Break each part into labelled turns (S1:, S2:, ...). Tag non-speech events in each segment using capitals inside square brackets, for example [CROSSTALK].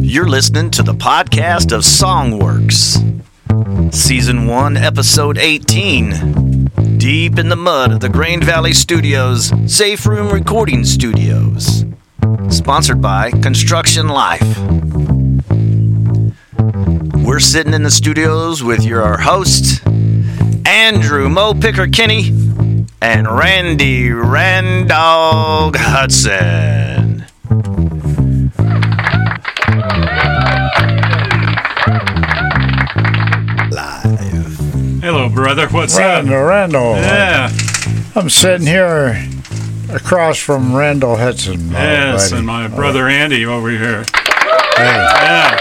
S1: You're listening to the podcast of Songworks, Season 1, Episode 18. Deep in the mud of the Grand Valley Studios, Safe Room Recording Studios. Sponsored by Construction Life. We're sitting in the studios with your host, Andrew Mo Picker Kinney and Randy Randog Hudson. Live.
S2: Hello, brother. What's up?
S3: Randall, Randall.
S2: Yeah,
S3: I'm sitting here across from Randall Hudson. my
S2: yes,
S3: buddy.
S2: and my brother Andy over here.
S3: Hey,
S2: Yeah,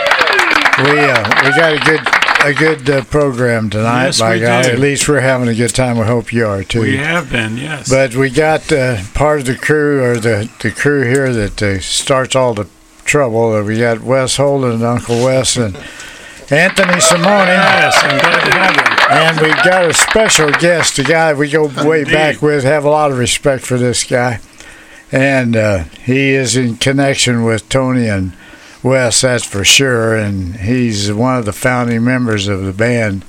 S3: we uh, we got a good a good uh, program tonight.
S2: Yes,
S3: by
S2: we
S3: golly.
S2: did.
S3: At least we're having a good time. We hope you are too.
S2: we have been. Yes,
S3: But we got uh, part of the crew or the, the crew here that uh, starts all the trouble. Uh, We got Wes Holden and Uncle Wes and Anthony Simone.
S2: yes, I'm glad to have you.
S3: And we've got a special guest, a guy we go way
S2: Indeed.
S3: back with, have a lot of respect for this guy. And uh, he is in connection with Tony and Wes, that's for sure. And he's one of the founding members of the band,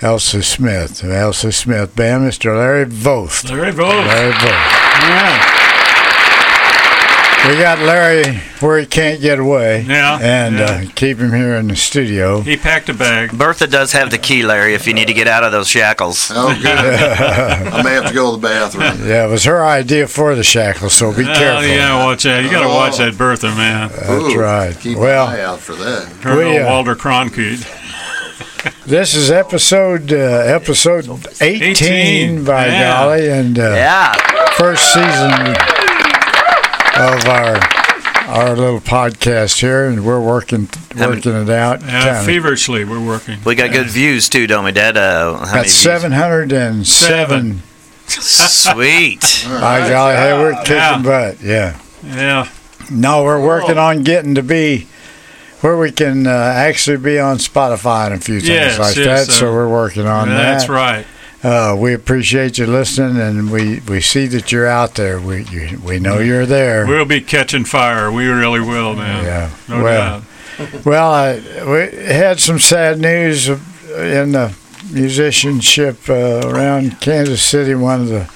S3: Elsa Smith, the Elsa Smith Band, Mr. Larry Voth.
S2: Larry Vogt.
S3: Larry Voth.
S2: Yeah,
S3: We got Larry where he can't get away.
S2: Yeah,
S3: And
S2: yeah.
S3: Uh, keep him here in the studio.
S2: he packed a bag.
S1: Bertha does have the key, Larry, if you need to get out of those shackles.
S4: [LAUGHS] Oh, good. I may have to go to the bathroom.
S3: Yeah, it was her idea for the shackles, so be
S2: Oh
S3: careful.
S2: yeah, watch that. You got to watch that Bertha, man.
S3: That's right.
S4: Keep
S3: Well-
S4: an eye out for that.
S2: Colonel
S3: We, uh,
S2: Walter Cronkite.
S3: This is episode uh, episode 18,
S2: 18,
S3: by
S2: yeah.
S3: golly, and uh,
S1: Yeah.
S3: first season of our our little podcast here, and we're working working it out.
S2: Yeah, feverishly we're working.
S1: We got good views too, don't we, Dad? Uh, how many
S3: Got
S1: views?
S3: seven hundred and seven.
S2: [LAUGHS]
S1: Sweet.
S3: By golly, hey, we're kicking
S2: Yeah. Oh.
S3: butt. Yeah,
S2: Yeah,
S3: no, we're working on getting to be where we can uh, actually be on Spotify and a few things
S2: Yes,
S3: like
S2: yes,
S3: that. So,
S2: uh,
S3: we're working on that.
S2: that's right.
S3: Uh, we appreciate you listening, and we, we see that you're out there. We you, we know you're there.
S2: We'll be catching fire. We really will, man.
S3: Yeah.
S2: No
S3: Well.
S2: doubt.
S3: well, I, we had some sad news in the musicianship uh, around Kansas City. One of the,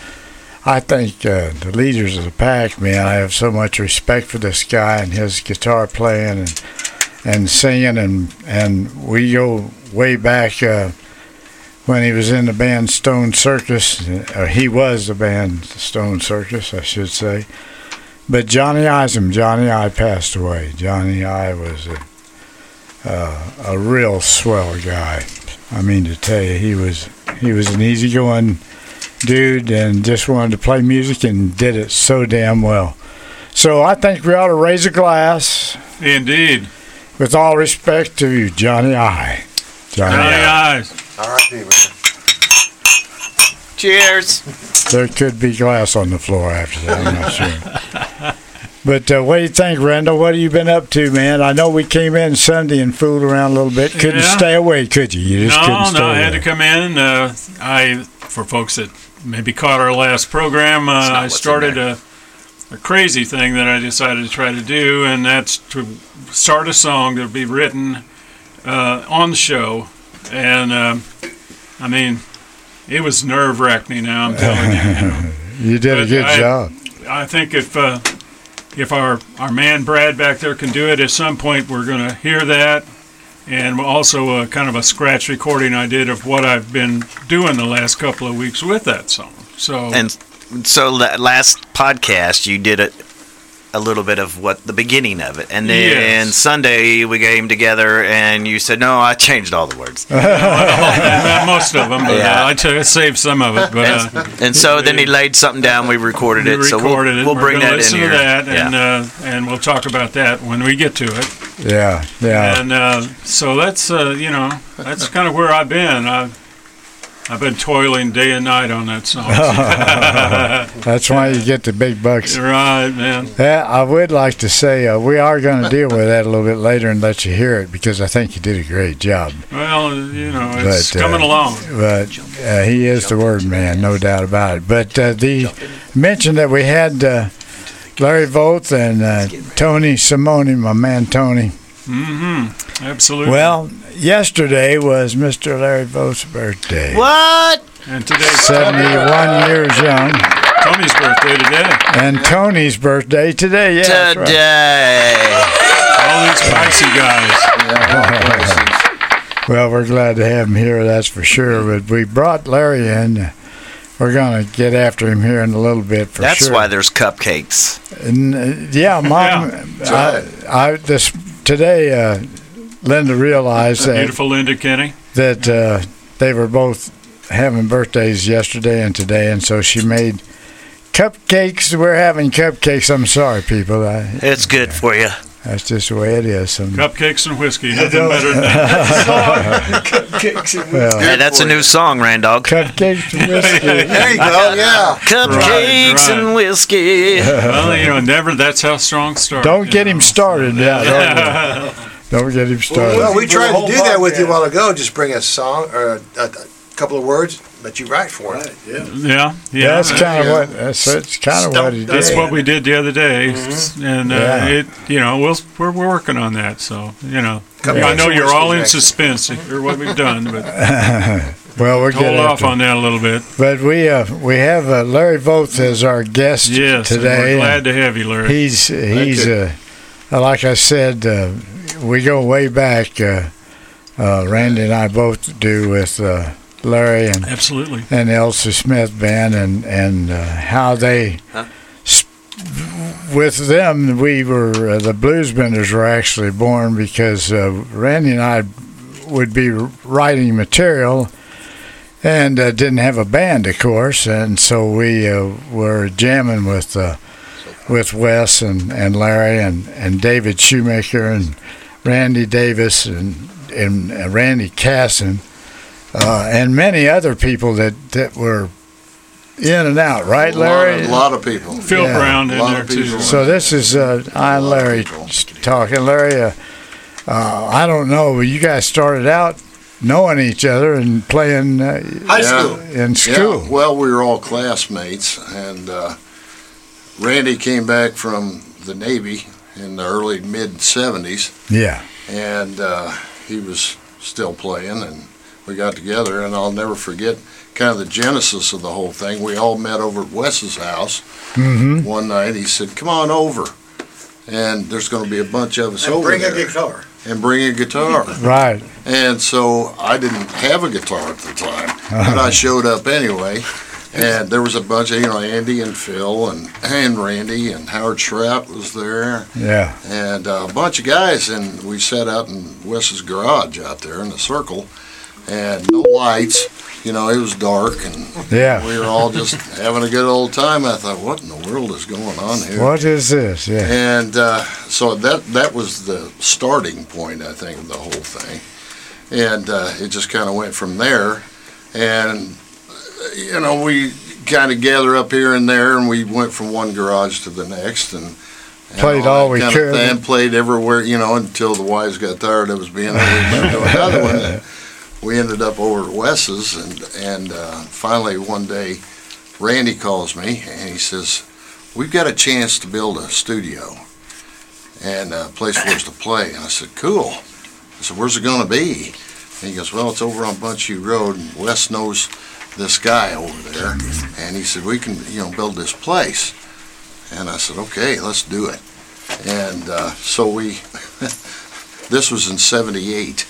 S3: I think, uh, the leaders of the pack. Man, I have so much respect for this guy and his guitar playing and and singing, and and we go way back. Uh, when he was in the band Stone Circus, uh, or he was the band Stone Circus, I should say. But Johnny Isom, Johnny I passed away. Johnny I was a, uh, a real swell guy. I mean to tell you, he was he was an easygoing dude and just wanted to play music and did it so damn well. So I think we ought to raise a glass
S2: Indeed.
S3: with all respect to Johnny I. Johnny
S2: Aye,
S3: I.
S2: aye.
S1: Cheers.
S3: There could be glass on the floor after that. I'm not sure. But uh, what do you think, Randall? What have you been up to, man? I know we came in Sunday and fooled around a little bit. Couldn't
S2: Yeah.
S3: stay away, could you? You just couldn't
S2: No,
S3: stay
S2: no, I
S3: away.
S2: had to come in. Uh, I, for folks that maybe caught our last program, uh,
S1: not
S2: I
S1: what's in
S2: started a, a crazy thing that I decided to try to do, and that's to start a song that'll be written uh, on the show. And um I mean, it was nerve wracking. Now I'm
S3: [LAUGHS]
S2: telling you.
S3: you did a
S2: but
S3: good
S2: I-
S3: job.
S2: I think if uh, if our our man Brad back there can do it, at some point we're going to hear that, and also uh kind of a scratch recording I did of what I've been doing the last couple of weeks with that song. So
S1: And so la- last podcast, you did a, a little bit of what the beginning of it, and then
S2: Yes.
S1: Sunday we came together, and you said, "No, I changed all the
S2: [LAUGHS]
S1: words."
S2: [LAUGHS] Not most of them, but
S1: Yeah.
S2: uh, I t- saved some of it. But uh,
S1: and so then he laid something down. We recorded
S2: we
S1: it. so we'll,
S2: recorded it.
S1: we'll
S2: We're
S1: bring
S2: gonna
S1: that in
S2: listen
S1: here.
S2: to that,
S1: yeah.
S2: and uh, and we'll talk about that when we get to it.
S3: Yeah, yeah.
S2: and uh, so that's uh, you know that's kind of where I've been. I've I've been toiling day and night on that song.
S1: [LAUGHS]
S3: That's why you get the big bucks.
S2: right, man.
S3: Yeah, I would like to say uh, we are going to [LAUGHS] deal with that a little bit later and let you hear it because I think you did a great job.
S2: Well, you know it's
S3: But, uh,
S2: coming along.
S3: but uh, he is the word man, no doubt about it. But uh, the mention that we had uh, Larry Voth and uh, Tony Simone, my man Tony,
S2: Mm-hmm. Absolutely.
S3: Well, yesterday was Mr. Larry Boat's birthday.
S2: uh,
S1: What?
S2: and today's
S3: 71 years young.
S2: Tony's birthday today.
S3: And Tony's birthday today. Yeah, that's right.
S1: Today.
S2: All these spicy guys.
S4: Yeah,
S3: Well, we're glad to have him here, that's for sure. But we brought Larry in. We're going to get after him here in a little bit for
S1: That's
S3: sure.
S1: why there's cupcakes.
S3: And, uh, yeah, Mom,
S4: Yeah.
S3: I, I, this, today uh, Linda realized that
S2: Beautiful Linda Kenny.
S3: that uh, they were both having birthdays yesterday and today, and so she made cupcakes. We're having cupcakes. I'm sorry, people. I,
S1: It's good for you.
S3: that's just the way it is. Some,
S2: Cupcakes and whiskey. Nothing better than that.
S3: well,
S1: Hey, that's a
S4: for
S1: new
S4: you.
S1: song, Randog.
S3: cupcakes and whiskey.
S4: there you
S1: [LAUGHS]
S4: go. Yeah,
S1: Cupcakes
S2: right.
S1: and whiskey.
S2: Well,
S3: [LAUGHS]
S2: you know, never. That's how strong start.
S3: Don't
S2: you
S3: get
S2: know.
S3: him started. Yeah,
S2: [LAUGHS]
S3: don't, don't get him
S5: Well,
S3: started.
S5: we
S6: You do a
S5: tried to
S6: whole
S5: do that with you a
S6: podcast.
S5: while ago. Just bring a song or a, a, a couple of words that you write for it.
S6: Right, yeah.
S2: Yeah, yeah.
S3: That's
S2: that-
S3: kind of what. That's, that's kind of what he
S2: That's
S3: did.
S2: what we did the other day, and uh,
S3: Mm-hmm. Yeah.
S2: it you know we'll, we're we're working on that. So you know,
S5: Couple
S2: I know
S5: extra
S2: you're all in
S5: whiskeys
S2: suspense here what we've done,
S3: [LAUGHS]
S2: but
S3: Well, we're
S2: hold
S3: getting
S2: off on that a little bit.
S3: But we uh, we have uh, Larry Voth as our guest
S2: Yes, and
S3: today.
S2: we're
S3: uh,
S2: glad to have you, Larry.
S3: He's he's uh, like I said, uh, we go way back. Uh, uh, Randy and I both do with uh, Larry and
S2: Absolutely.
S3: and Elsie Smith band and and uh, how they.
S1: Huh?
S3: s- With them, we were uh, the Blues Benders were actually born because uh, Randy and I would be writing material and uh, didn't have a band, of course, and so we uh, were jamming with uh, with Wes and, and Larry and, and David Shoemaker and Randy Davis and and uh, Randy Casson uh, and many other people that, that were in and out, right,
S4: a lot,
S3: Larry?
S4: a lot of people.
S2: Phil
S3: Yeah.
S2: Brown in
S4: A lot
S2: there
S4: of
S2: too.
S4: people.
S3: So this is uh, I and
S4: lot of
S3: Larry
S4: people.
S3: talking. Larry, uh, uh, I don't know. You guys started out knowing each other and playing uh,
S5: High
S4: Yeah.
S5: school.
S3: in school.
S4: Yeah, well, we were all classmates, and uh, Randy came back from the Navy in the early mid '70s,
S3: Yeah.
S4: and uh, he was still playing, and we got together, and I'll never forget kind of the genesis of the whole thing. We all met over at Wes's house
S3: Mm-hmm.
S4: one night. He said, "Come on over." And there's going to be a bunch of us
S5: And
S4: over
S5: bring a
S4: there,
S5: guitar.
S4: and bring
S5: [LAUGHS]
S4: a guitar.
S3: Right.
S4: And so I didn't have a guitar at the time, but
S5: Uh-huh.
S4: I showed up anyway. And there was a bunch of, you know, Andy and Phil and, and Randy and Howard Schrapp was there
S3: Yeah.
S4: and uh, a bunch of guys. And we sat out in Wes's garage out there in a circle and no lights. You know, it was dark and
S3: Yeah.
S4: we
S3: [LAUGHS]
S4: were all just having a good old time. I thought, what in the world is going on here?
S3: What is this? Yeah.
S4: And uh, so that that was the starting point, I think, of the whole thing. And uh, it just kind of went from there. And uh, you know, we kind of gather up here and there, and we went from one garage to the next, and, and
S3: Played
S4: that
S3: all we
S4: kinda
S3: could.
S4: thing, played everywhere, you know, until the wives got tired of us being there. We went to another one. And we ended up over at Wes's, and and uh, finally one day, Randy calls me and he says, we've got a chance to build a studio and a place for us to play. And I said, cool. I said, where's it going to be? And he goes, well, it's over on Bunchy Road, and Wes knows this guy over there. And he said, we can, you know, build this place. And I said, okay, let's do it. And uh, so we, this was in 78.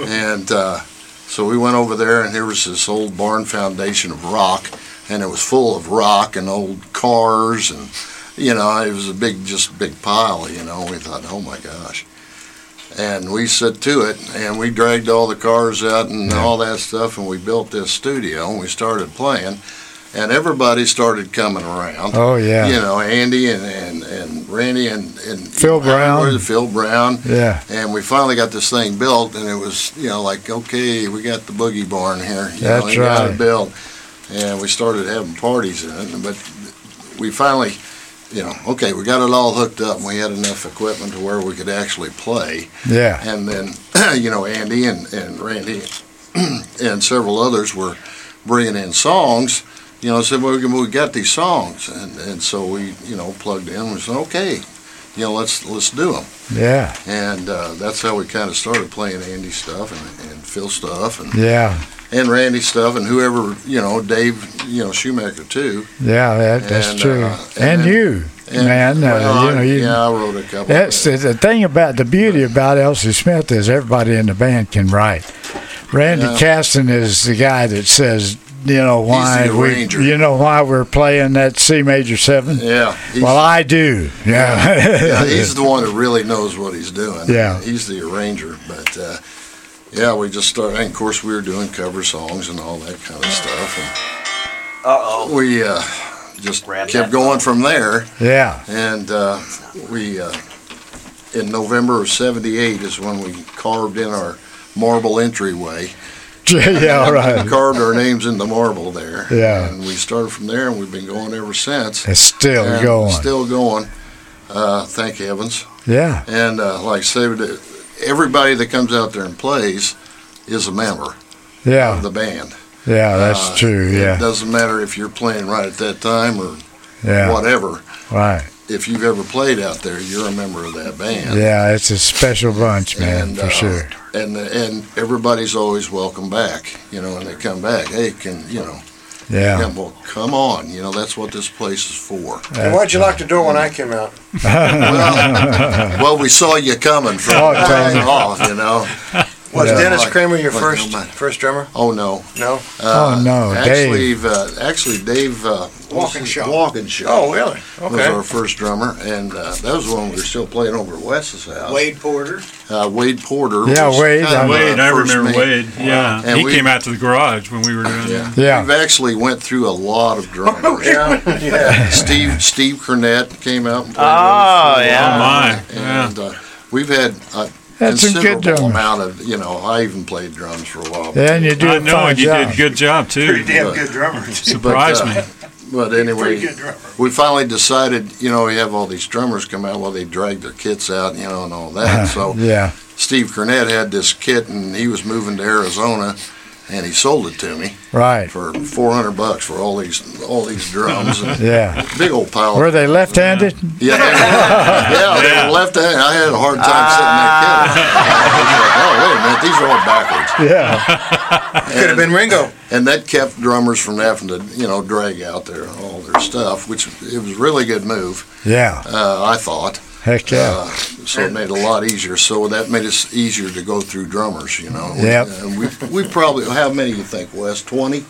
S4: and uh, so we went over there, and here was this old barn foundation of rock, and it was full of rock and old cars and you know, it was a big, just a big pile, you know. We thought, oh my gosh. And we set to it and we dragged all the cars out and all that stuff and we built this studio and we started playing and everybody started coming around.
S3: Oh yeah.
S4: You know, Andy and, and, and Randy and, and
S3: Phil Brown.
S4: Phil Brown.
S3: Yeah.
S4: And we finally got this thing built, and it was, you know, like, okay, we got the boogie barn here. You know,
S3: That's
S4: you Got
S3: right.
S4: it built. And we started having parties in it, but we finally, you know, okay, we got it all hooked up, and we had enough equipment to where we could actually play.
S3: Yeah.
S4: And then, [CLEARS THROAT] you know, Andy and, and Randy [CLEARS THROAT] and several others were bringing in songs. You know, said, well, we, we got these songs. And, and so we, you know, plugged in. We said, okay, you know, let's let's do them.
S3: Yeah.
S4: And uh, that's how we kind of started playing Andy stuff and, and Phil stuff and,
S3: Yeah.
S4: and Randy stuff and whoever you know Dave you know Shoemaker too.
S3: Yeah. That, that's
S4: And,
S3: true.
S4: uh,
S3: and,
S4: and then-
S3: you,
S4: And,
S3: man. Uh,
S4: well,
S3: you know, you,
S4: yeah, I wrote a couple.
S3: That's the, the thing about the beauty about Elsie Smith is everybody in the band can write. Randy
S4: Yeah.
S3: Caston is the guy that says, you know why we,
S4: arranger.
S3: you know why we're playing that C major seven.
S4: yeah. he's-
S3: Well, I do. Yeah.
S4: yeah, he's the one that really knows what he's doing.
S3: Yeah.
S4: he's the arranger. But uh, yeah, we just started. And of course, we were doing cover songs and all that kind of stuff.
S1: Uh-oh.
S4: And we uh, just
S1: Grab that
S4: kept going from there.
S3: [LAUGHS] yeah. [LAUGHS]
S4: And uh, we uh, in November of '78 is when we carved in our marble entryway.
S3: yeah.
S4: [LAUGHS]
S3: All [LAUGHS] right.
S4: We carved our names in the marble there.
S3: Yeah.
S4: and we started from there, and we've been going ever since.
S3: It's still
S4: And
S3: going.
S4: Still going. Uh, thank heavens.
S3: yeah.
S4: And uh, like I say, the- everybody that comes out there and plays is a member of
S3: Yeah.
S4: the band.
S3: Yeah. That's
S4: Uh,
S3: true.
S4: It
S3: Oh. Yeah.
S4: doesn't matter if you're playing right at that time or
S3: Yeah.
S4: whatever.
S3: Right.
S4: If you've ever played out there, you're a member of that band.
S3: Yeah. It's a special bunch, man,
S4: And,
S3: for
S4: uh,
S3: sure.
S4: And and everybody's always welcome back. You know, and they come back. Hey, can you know?
S3: Yeah. Uh-huh.
S4: Come, well, come on. You know, that's what this place is for.
S5: And why'd you lock the door when I came out?
S4: well, well, we saw you coming from
S3: Oh,
S4: miles
S3: totally.
S4: off. You know.
S5: Was
S3: Yeah.
S5: Dennis Kramer your
S4: Like,
S5: first
S4: nobody.
S5: first drummer?
S4: Oh no.
S5: No.
S3: Oh, no,
S4: Actually, uh, actually, Dave uh,
S5: Walkinshaw.
S4: Walkinshaw
S5: Oh, really?
S4: was
S5: Okay.
S4: our first drummer, and uh, that was when we were still playing over at Wes's house.
S6: Wade
S5: [LAUGHS]
S6: Porter.
S4: uh, Wade Porter.
S3: Yeah,
S4: was
S3: Wade,
S4: kind of
S2: Wade,
S4: our
S2: I
S4: first
S2: remember
S4: mate.
S2: Wade. Yeah,
S4: And
S2: he
S4: we-
S2: came out to the garage when we were doing
S4: Yeah.
S2: that.
S3: Yeah.
S4: we've actually went through a lot of
S5: [LAUGHS]
S4: drummers.
S5: Oh, Yeah.
S4: [LAUGHS]
S5: yeah.
S4: Steve Steve Cornett came out. And played
S1: Oh,
S4: with us for a
S1: yeah.
S2: Oh,
S4: while,
S2: my, yeah.
S4: And uh, we've had a
S3: That's some good
S4: considerable
S3: drummers.
S4: amount of you know. I even played drums for a while.
S3: And you do
S2: I
S3: a
S2: know
S3: fine
S2: it. You
S3: job.
S2: did a good job too.
S6: Pretty damn good drummer. too.
S2: Surprised
S4: But, uh,
S2: me.
S4: But anyway,
S6: Pretty good drummer.
S4: we finally decided, you know, we have all these drummers come out while they drag their kits out, you know, and all that. So
S3: Uh-huh. Yeah.
S4: Steve Cornett had this kit, and he was moving to Arizona, and he sold it to me
S3: Right.
S4: for 400 bucks for all these all these drums, and
S3: [LAUGHS] Yeah.
S4: big old pile.
S3: Were
S4: Of,
S3: they left-handed?
S4: yeah, they were,
S3: [LAUGHS]
S4: yeah, they
S2: Yeah.
S4: were left handed. I had a hard time
S3: Ah.
S4: setting that kit. up. I was like,
S3: Yeah.
S4: oh wait a minute, these are all backwards.
S5: Could have been Ringo.
S4: And that kept drummers from having to, you know, drag out their all their stuff, which it was a really good move,
S3: Yeah.
S4: uh, I thought.
S3: Heck yeah.
S4: Uh, so it made it a lot easier. So that made it easier to go through drummers, you know.
S3: Yep.
S4: And we, we probably, how many you think, Wes? 20?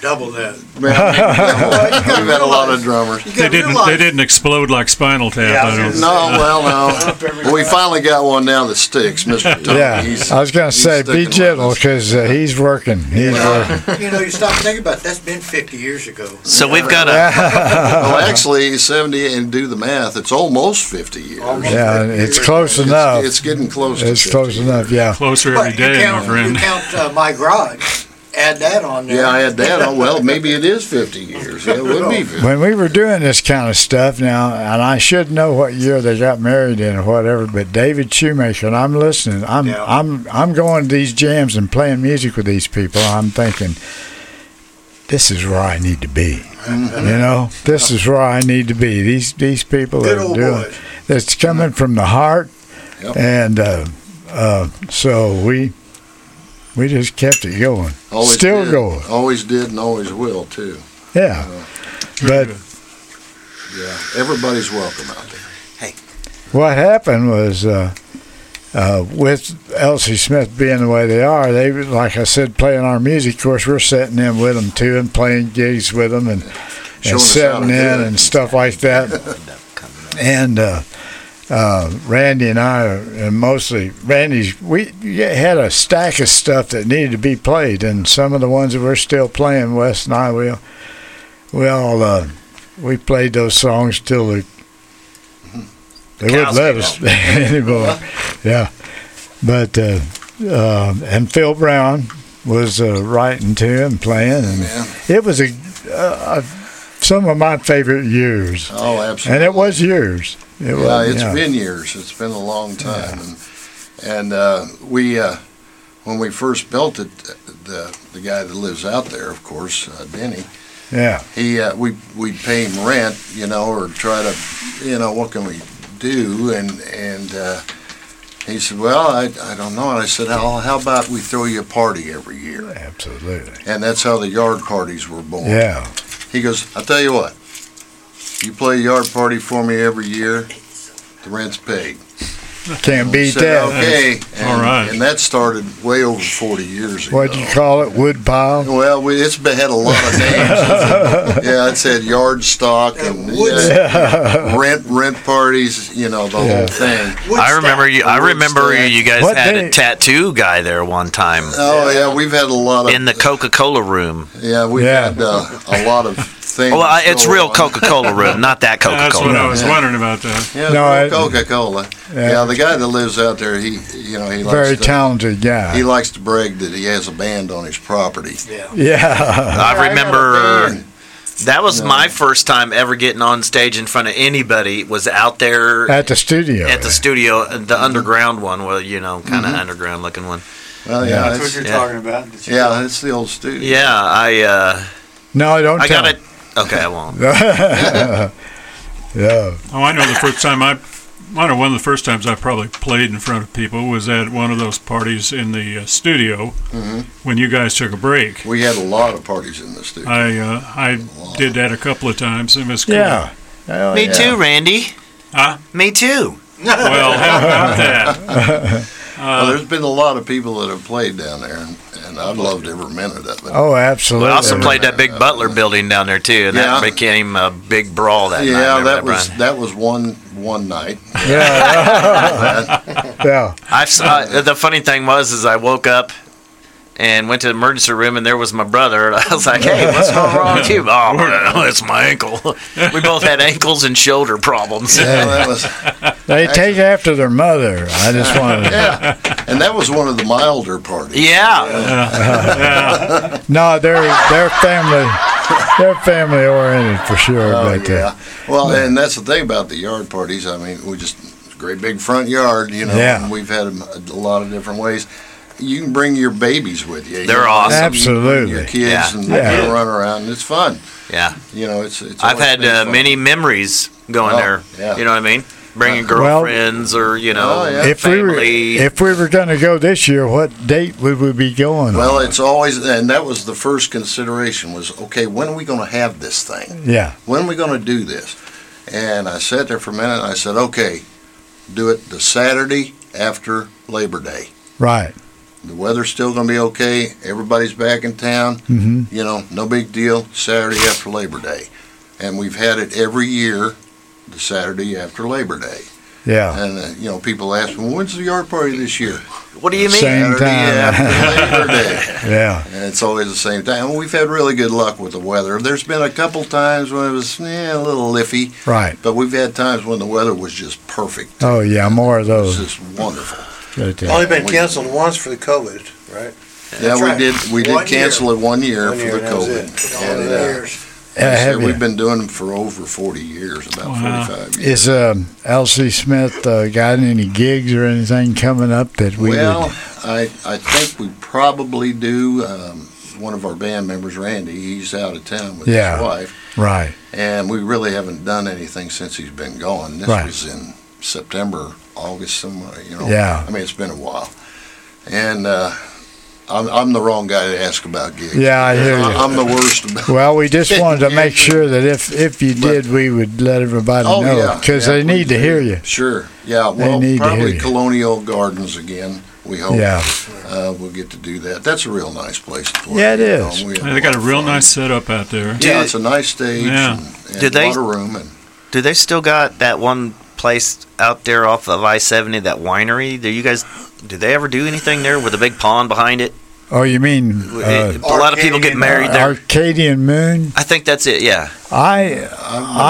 S6: Double that.
S4: Man, [LAUGHS] We've
S3: [LAUGHS]
S4: had a lot of drummers.
S2: They didn't. They didn't explode like Spinal Tap.
S6: Yeah, I
S2: I
S6: was
S2: don't.
S6: gonna
S4: No, well, no. We finally got one now that sticks, Mr. Tony.
S3: yeah.
S4: He's-
S3: I was going to
S4: he's
S3: say,
S4: sticking
S3: be
S4: with
S3: gentle
S4: us.
S3: because uh, he's working. He's
S4: [LAUGHS]
S3: working.
S2: uh,
S6: You know, you stop and think about it. That's been 50 years ago.
S1: So we've got a
S4: Well, actually, 70, and do the math, it's almost 50 years.
S6: Almost.
S3: Yeah. It's close enough.
S4: It's, it's getting close
S3: It's
S4: to 50
S3: close enough. Yeah.
S2: Closer every
S6: But you
S2: day, my
S6: count, you
S2: friend.
S6: count uh, my garage, add that on there.
S4: Yeah, I had that. Oh, well, maybe it is 50 years. It would be 50.
S3: When we were doing this kind of stuff now, and I should know what year they got married in or whatever, but David Shoemaker, and I'm listening. I'm
S6: Yeah.
S3: I'm I'm going to these jams and playing music with these people. I'm thinking, this is where I need to be. You know, this is where I need to be. These these people
S6: Good
S3: are
S6: [LAUGHS] old
S3: doing
S6: boys.
S3: that's coming from the heart,
S4: Yep.
S3: and uh, uh, so we we just kept it going,
S4: Always
S3: still
S4: did,
S3: going.
S4: Always did and always will, too.
S3: Yeah, but
S4: Yeah, everybody's welcome out there.
S3: what happened was uh, uh, with Elsie Smith being the way they are, they were, like I said, playing our music. Of course, we're sitting in with them too, and playing gigs with them, and
S4: Showing
S3: and
S4: us how to
S3: sitting
S4: do
S3: in
S4: it.
S3: and stuff like that. and uh, uh, Randy and I, are- and mostly Randy's, we had a stack of stuff that needed to be played, and some of the ones that we're still playing, Wes and I, we, we all uh, we played those songs till the, they wouldn't
S1: cows
S3: let
S1: came
S3: us [LAUGHS] anymore. yeah, but uh, um and Phil Brown was uh, writing to and playing, and
S4: Yeah.
S3: it was a, uh, a some of my favorite years,
S4: Oh, absolutely.
S3: and it was yours. It
S4: Yeah,
S3: was.
S4: it's
S3: yeah.
S4: been years. It's been a long time. And, and uh, we, uh, when we first built it, the, the guy that lives out there, of course, uh, Denny,
S3: yeah,
S4: he, uh, we, we'd pay him rent, you know, or try to, you know, what can we do? And and uh, he said, well, I, I don't know. And I said, how how about we throw you a party every year?
S3: Absolutely.
S4: And that's how the yard parties were born.
S3: Yeah.
S4: He goes, I'll tell you what, you play a yard party for me every year, the rent's paid.
S3: Can't beat
S4: Said,
S3: that.
S4: Oh, Okay.
S2: All
S4: And-
S2: right.
S4: And that started way over 40 years ago.
S3: What'd you call it? Wood pile?
S4: Well, we, it's been- had a lot
S3: [LAUGHS]
S4: of names. yeah, it said yard stock and yeah, rent rent parties. You know the
S3: Yeah.
S4: whole thing.
S1: I remember you. I remember you.
S4: Woodstock.
S1: You guys
S3: What
S1: had a
S3: day?
S1: tattoo guy there one time
S4: Oh yeah, we've had a lot of
S1: in the Coca Cola room.
S4: yeah, we've
S3: Yeah.
S4: had uh, a lot of things.
S1: Well, I, it's
S4: go
S1: real
S4: on.
S1: Coca Cola room, not that Coca
S2: [LAUGHS] That's what I
S1: Cola.
S2: was wondering about that.
S4: Yeah,
S3: No, I-
S4: Coca Cola.
S3: Yeah.
S4: Yeah. the guy that lives out there, he you know he likes
S3: [LAUGHS] Very
S4: to,
S3: talented
S4: He
S3: guy.
S4: likes to brag that he has a band on his property.
S6: Yeah.
S3: Yeah. [LAUGHS]
S1: I remember. That was
S4: No.
S1: my first time ever getting on stage in front of anybody. Was out there
S3: At the studio.
S1: at the studio, the underground one, well, you know, kind of underground looking one.
S4: Well,
S3: Yeah.
S4: yeah,
S6: That's what
S4: it's,
S6: you're
S1: yeah.
S6: talking about. that you-
S4: yeah, it's the old studio.
S1: Yeah, I uh,
S3: No, don't
S1: I
S3: tell.
S1: got it. Okay, I won't.
S3: Yeah.
S2: Oh, I know the first time I, I know one of the first times I probably played in front of people was at one of those parties in the uh, studio
S4: Mm-hmm.
S2: when you guys took a break.
S4: We had a lot of parties in the studio.
S2: I uh, I did that a couple of times and it was cool.
S3: Yeah.
S4: Oh,
S3: Hell
S1: Me
S3: yeah.
S1: too, Randy.
S2: Huh?
S1: Me too.
S2: Well, how about that?
S3: uh,
S4: Well, uh, there's been a lot of people that have played down there, and, and I've loved every minute of it.
S3: Oh, absolutely.
S1: Well, I also played that big Butler building down there too, and that
S4: Yeah.
S1: became a big brawl that night.
S4: yeah,
S1: remember
S4: that was
S1: Brian?
S4: that was one one night.
S3: [LAUGHS] Yeah. yeah.
S1: I saw, uh, the funny thing was, is I woke up and went to the emergency room, and there was my brother. [LAUGHS] And I was like, "Hey, what's going wrong with you?" Oh, man, it's my ankle. [LAUGHS] We both had ankles and shoulder problems.
S4: Yeah, that was,
S3: They take after their mother. I just wanted
S1: [LAUGHS]
S3: to.
S4: yeah, and that was one of the milder parties.
S1: Yeah,
S3: No, they're they're family, they're family oriented for sure.
S4: Oh,
S3: but uh,
S4: yeah. Well, and that's the thing about the yard parties. I mean, we just it's a great big front yard. You know,
S3: Yeah.
S4: and we've had 'em a, lot of different ways. You can bring your babies with you. you
S1: They're
S4: know,
S1: awesome.
S4: you can bring Your
S3: Absolutely.
S4: kids
S1: Yeah.
S4: and
S3: Yeah.
S4: you know, run around. and It's fun.
S1: yeah.
S4: You know, it's it's.
S1: I've
S4: always
S1: had
S4: been
S1: uh,
S4: fun.
S1: many memories going
S4: Oh,
S1: there.
S4: yeah.
S1: You know what I mean? Bringing
S3: Well-
S1: girlfriends or you know
S4: Oh, yeah.
S3: if we were
S1: family.
S3: if we were going to go this year, what date would we be going?
S4: Well, it's always, and that was the first consideration was, okay, when are we going to have this thing?
S3: on? yeah,
S4: When are we going to do this? And I sat there for a minute and I said, okay, do it the Saturday after Labor Day.
S3: right.
S4: The weather's still going to be okay. Everybody's back in town.
S3: hmm
S4: You know, no big deal. Saturday after Labor Day. And we've had it every year, the Saturday after Labor Day.
S3: Yeah,
S4: And, uh, you know, people ask me, when's the yard party this year?
S1: what do you mean?
S3: Same
S4: Saturday
S3: time. [LAUGHS]
S4: after Labor Day.
S3: yeah,
S4: And it's always the same time. And we've had really good luck with the weather. There's been a couple times when it was eh, a little iffy,
S3: right.
S4: but we've had times when the weather was just perfect.
S3: Oh yeah, more of
S4: It was
S3: those.
S4: just wonderful.
S3: right there.
S5: Only been canceled once for the COVID, right?
S4: Yeah, we
S6: right.
S4: did. We did
S6: One year.
S4: cancel it one year
S5: One
S4: for
S5: year,
S4: the
S5: that was
S4: COVID.
S5: it.
S6: All the
S4: And, uh,
S6: years.
S4: like I
S3: Yeah,
S4: said,
S3: have you?
S4: we've been doing them for over 40 years, about
S2: Wow.
S4: 45 years.
S3: Is um, Elsie Smith uh, got any gigs or anything coming up that we?
S4: well,
S3: would,
S4: I I think we probably do. Um, one of our band members, Randy, he's out of town with
S3: Yeah.
S4: his wife.
S3: right.
S4: And we really haven't done anything since he's been gone. This
S3: Right.
S4: was in September, August, somewhere. You know.
S3: Yeah.
S4: I mean, it's been a while. And uh, I'm I'm the wrong guy to ask about gigs.
S3: Yeah, I hear you.
S4: I'm the worst.
S3: [LAUGHS]
S4: About,
S3: Well, we just wanted to make sure that if if you did, we would let everybody
S4: Oh,
S3: know
S4: yeah,
S3: because
S4: yeah,
S3: they
S4: we
S3: need to
S4: do.
S3: hear you.
S4: sure. Yeah.
S3: They
S4: Well,
S3: need to hear
S4: probably
S3: you.
S4: Colonial Gardens again. We hope.
S3: Yeah.
S4: Uh, we'll get to do that. That's a real nice place. To play.
S3: Yeah, it is.
S4: we have
S2: They got a
S4: lot of
S2: real
S4: fun.
S2: nice setup out there.
S4: Yeah, it's a nice stage.
S2: Yeah.
S4: And, and
S1: Did
S4: a
S1: they-
S4: lot of room and
S1: Do they still got that one place out there off of I seventy, that winery? Do you guys do they ever do anything there with a big pond behind it?
S3: Oh, you mean uh,
S1: It- a lot of people get married there.
S3: Arcadian Moon?
S1: I think that's it. Yeah,
S3: I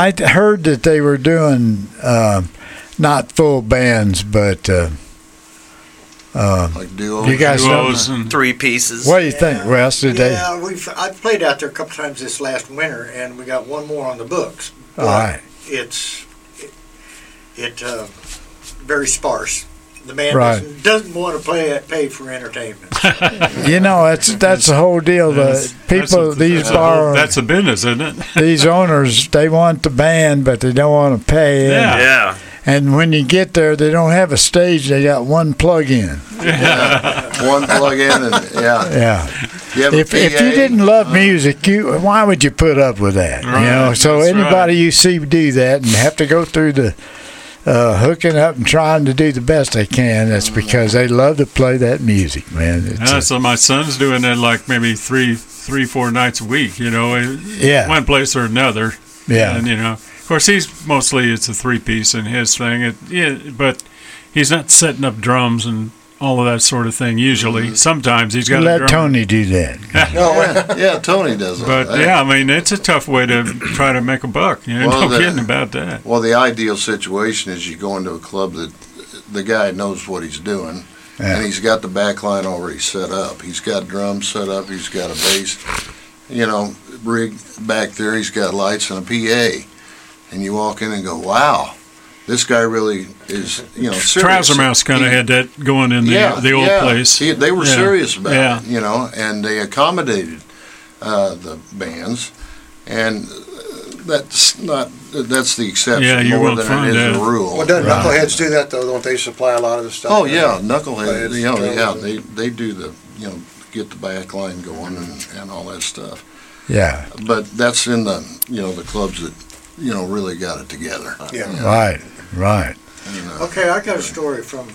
S3: I heard that they were doing um not full bands, but uh,
S4: like duo.
S3: you guys know.
S2: Duos and
S1: three pieces.
S3: What do you think, Russ? Did they?
S6: Yeah, we've I played out there a couple times this last winter, and we got one more on the books.
S3: All right,
S6: It's it, it uh, very sparse. The man
S3: Right.
S6: doesn't, doesn't want to play pay for entertainment.
S3: you know that's that's the whole deal. The
S2: That's- that's
S3: people,
S2: a-
S3: these
S2: that's a whole-
S3: bar,
S2: That's [LAUGHS] a
S3: [LAUGHS]
S2: business, isn't it?
S3: these owners, they want the band, but they don't want to pay.
S2: Yeah.
S1: Yeah,
S3: And when you get there, they don't have a stage. They got one plug in.
S4: One plug in and yeah.
S3: Yeah.
S4: You have a
S3: If, if
S4: PA.
S3: you didn't love music, you why would you put up with that?
S2: Uh-huh. Right,
S3: you know. So
S2: that's
S3: anybody
S2: right.
S3: you see do that and have to go through the uh, hooking up and trying to do the best they can, that's because they love to play that music, man. It's
S2: Yeah,
S3: a-
S2: so my son's doing that like maybe three, three, four nights a week. You know, eh,
S3: yeah,
S2: one place or another.
S3: yeah,
S2: And you know, of course, he's mostly it's a three piece in his thing. It, yeah, but he's not setting up drums and all of that sort of thing.
S4: Mm-hmm.
S2: Usually, sometimes he's got a
S3: Let
S2: drum.
S3: Tony do that.
S4: Yeah, [LAUGHS] yeah, Tony does it.
S2: But
S4: right?
S2: yeah, I mean, it's a tough way to try to make a buck. You know, no
S4: Well, the-
S2: kidding about that.
S4: Well, the ideal situation is you go into a club that the guy knows what he's doing,
S3: Yeah.
S4: and he's got the back line already set up. He's got drums set up. He's got a bass, you know, rig back there. He's got lights and a PA, and you walk in and go, "Wow, this guy really is." You know, serious.
S2: Trouser Mouse kind of
S4: He-
S2: had that going in the the old place.
S4: He- they were
S2: Yeah,
S4: serious about
S2: yeah.
S4: it, you know, and they accommodated uh, the bands, and uh, that's not that's the exception
S2: Yeah, you
S4: more
S2: won't
S4: than
S2: find
S4: it is
S2: that.
S4: the rule.
S5: Well, doesn't
S3: Right.
S5: knuckleheads do that though? Don't they supply a lot of the stuff?
S4: Oh yeah, knucklehead.
S5: But
S4: You know,
S5: it's-
S4: yeah, they they do the you know get the back line going and, and all that stuff.
S3: Yeah,
S4: But that's in the you know the clubs that you know really got it together.
S5: Yeah.
S3: right, right.
S4: You know.
S6: Okay, I got a story from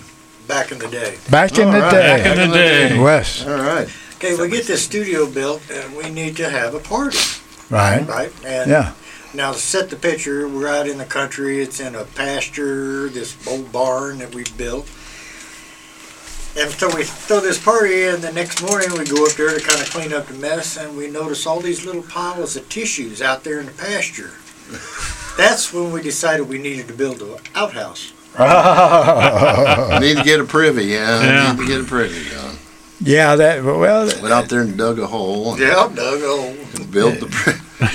S6: back in the day.
S3: Back in
S4: All
S3: the
S4: right.
S3: day,
S2: Back in the day.
S3: West,
S4: All right.
S6: Okay, we get this studio built and we need to have a party,
S2: [LAUGHS]
S3: right?
S6: right? And
S3: Yeah,
S6: Now, to set the picture, we're out in the country. It's in a pasture, this old barn that we built. And so we throw this party, and the next morning we go up there to kind of clean up the mess, and we notice all these little piles of tissues out there in the pasture. That's when we decided we needed to build an outhouse.
S4: Need to get a privy. Yeah.
S2: Yeah.
S4: Need to get a privy. Yeah.
S3: yeah. That well,
S4: Went out there and dug a hole. And
S6: Yeah, Doug. Oh,
S4: built the pr-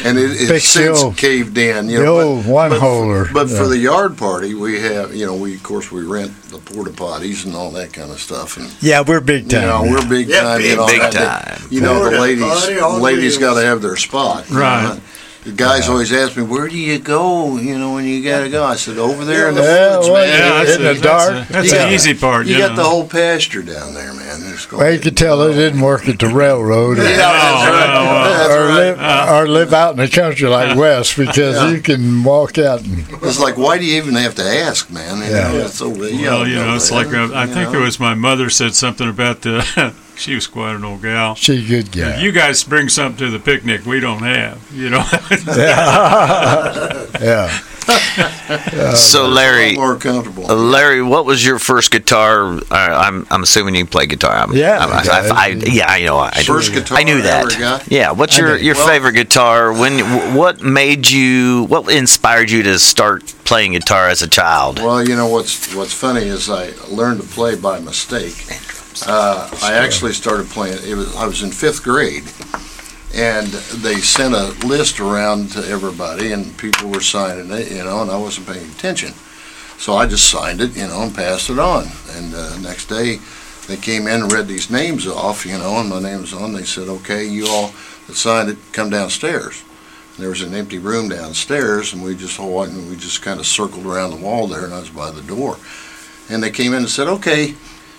S4: and it,
S3: Big
S4: it's since
S3: deal.
S4: caved in. You
S3: the
S4: know, but-
S3: old one
S4: but,
S3: holer.
S4: But for the yard party, we have you know we of course we rent the porta potties and all that kind of stuff. And
S3: yeah, we're big
S4: you
S3: time.
S4: know
S3: now.
S4: we're big
S6: Yeah,
S4: time.
S6: big,
S3: Oh,
S4: and all
S1: Big
S4: that.
S1: time.
S4: You know the
S6: Porta
S4: ladies.
S6: potty on
S4: Ladies
S6: wheels.
S4: got to have their spot. you
S2: Right.
S4: know. The guys always ask me, "Where do you go?" You know, when you gotta go, I said, "Over there in the
S3: Yeah,
S4: woods,
S3: well,
S4: man.
S2: yeah,
S3: in
S2: that's,
S3: the
S2: a- that's
S3: dark.
S2: a- that's
S4: You
S2: the
S4: got-
S2: easy part.
S4: you
S2: yeah.
S4: got the whole pasture down there, man." There's gonna
S3: Well, you
S4: be-
S3: could tell they didn't work at the railroad. Or,
S4: [LAUGHS] Yeah, that's
S2: No,
S4: right.
S2: no, Oh, well.
S4: That's
S3: or
S4: right. Uh-huh.
S3: live or live out in the country like West because
S4: Yeah.
S3: you can walk out and
S4: It's like, why do you even have to ask, man? You
S3: Yeah.
S4: know, it's so you
S2: Well,
S4: don't
S2: you know, it's
S4: that,
S2: like a, I
S4: you
S2: think
S4: know?
S2: it was my mother said something about the. [LAUGHS] she was quite an old gal.
S3: she could get.
S2: You guys bring something to the picnic we don't have. You know, [LAUGHS]
S3: [LAUGHS] Yeah, uh,
S1: so Larry,
S4: more comfortable.
S1: Uh, Larry, what was your first guitar? Uh, I'm I'm assuming you play guitar. I'm,
S3: Yeah,
S1: I'm- I,
S3: yeah.
S1: I- I- yeah, I know. I
S4: First guitar
S1: I knew
S4: I
S1: that.
S4: ever got?
S1: Yeah. What's
S3: I
S1: your
S3: did.
S1: your
S4: Well-
S1: favorite guitar? When wh- what made you? What inspired you to start playing guitar as a child?
S4: Well, you know what's what's funny is I learned to play by mistake. Uh, I actually started playing. It was I was in fifth grade, and they sent a list around to everybody, and people were signing it, you know, and I wasn't paying attention, so I just signed it, you know, and passed it on. And uh, next day, they came in and read these names off, you know, and my name was on. They said, "Okay, you all that signed it, come downstairs." there was an empty room downstairs, and we just all went and we just kind of circled around the wall there, and I was by the door. And they came in and said, "Okay,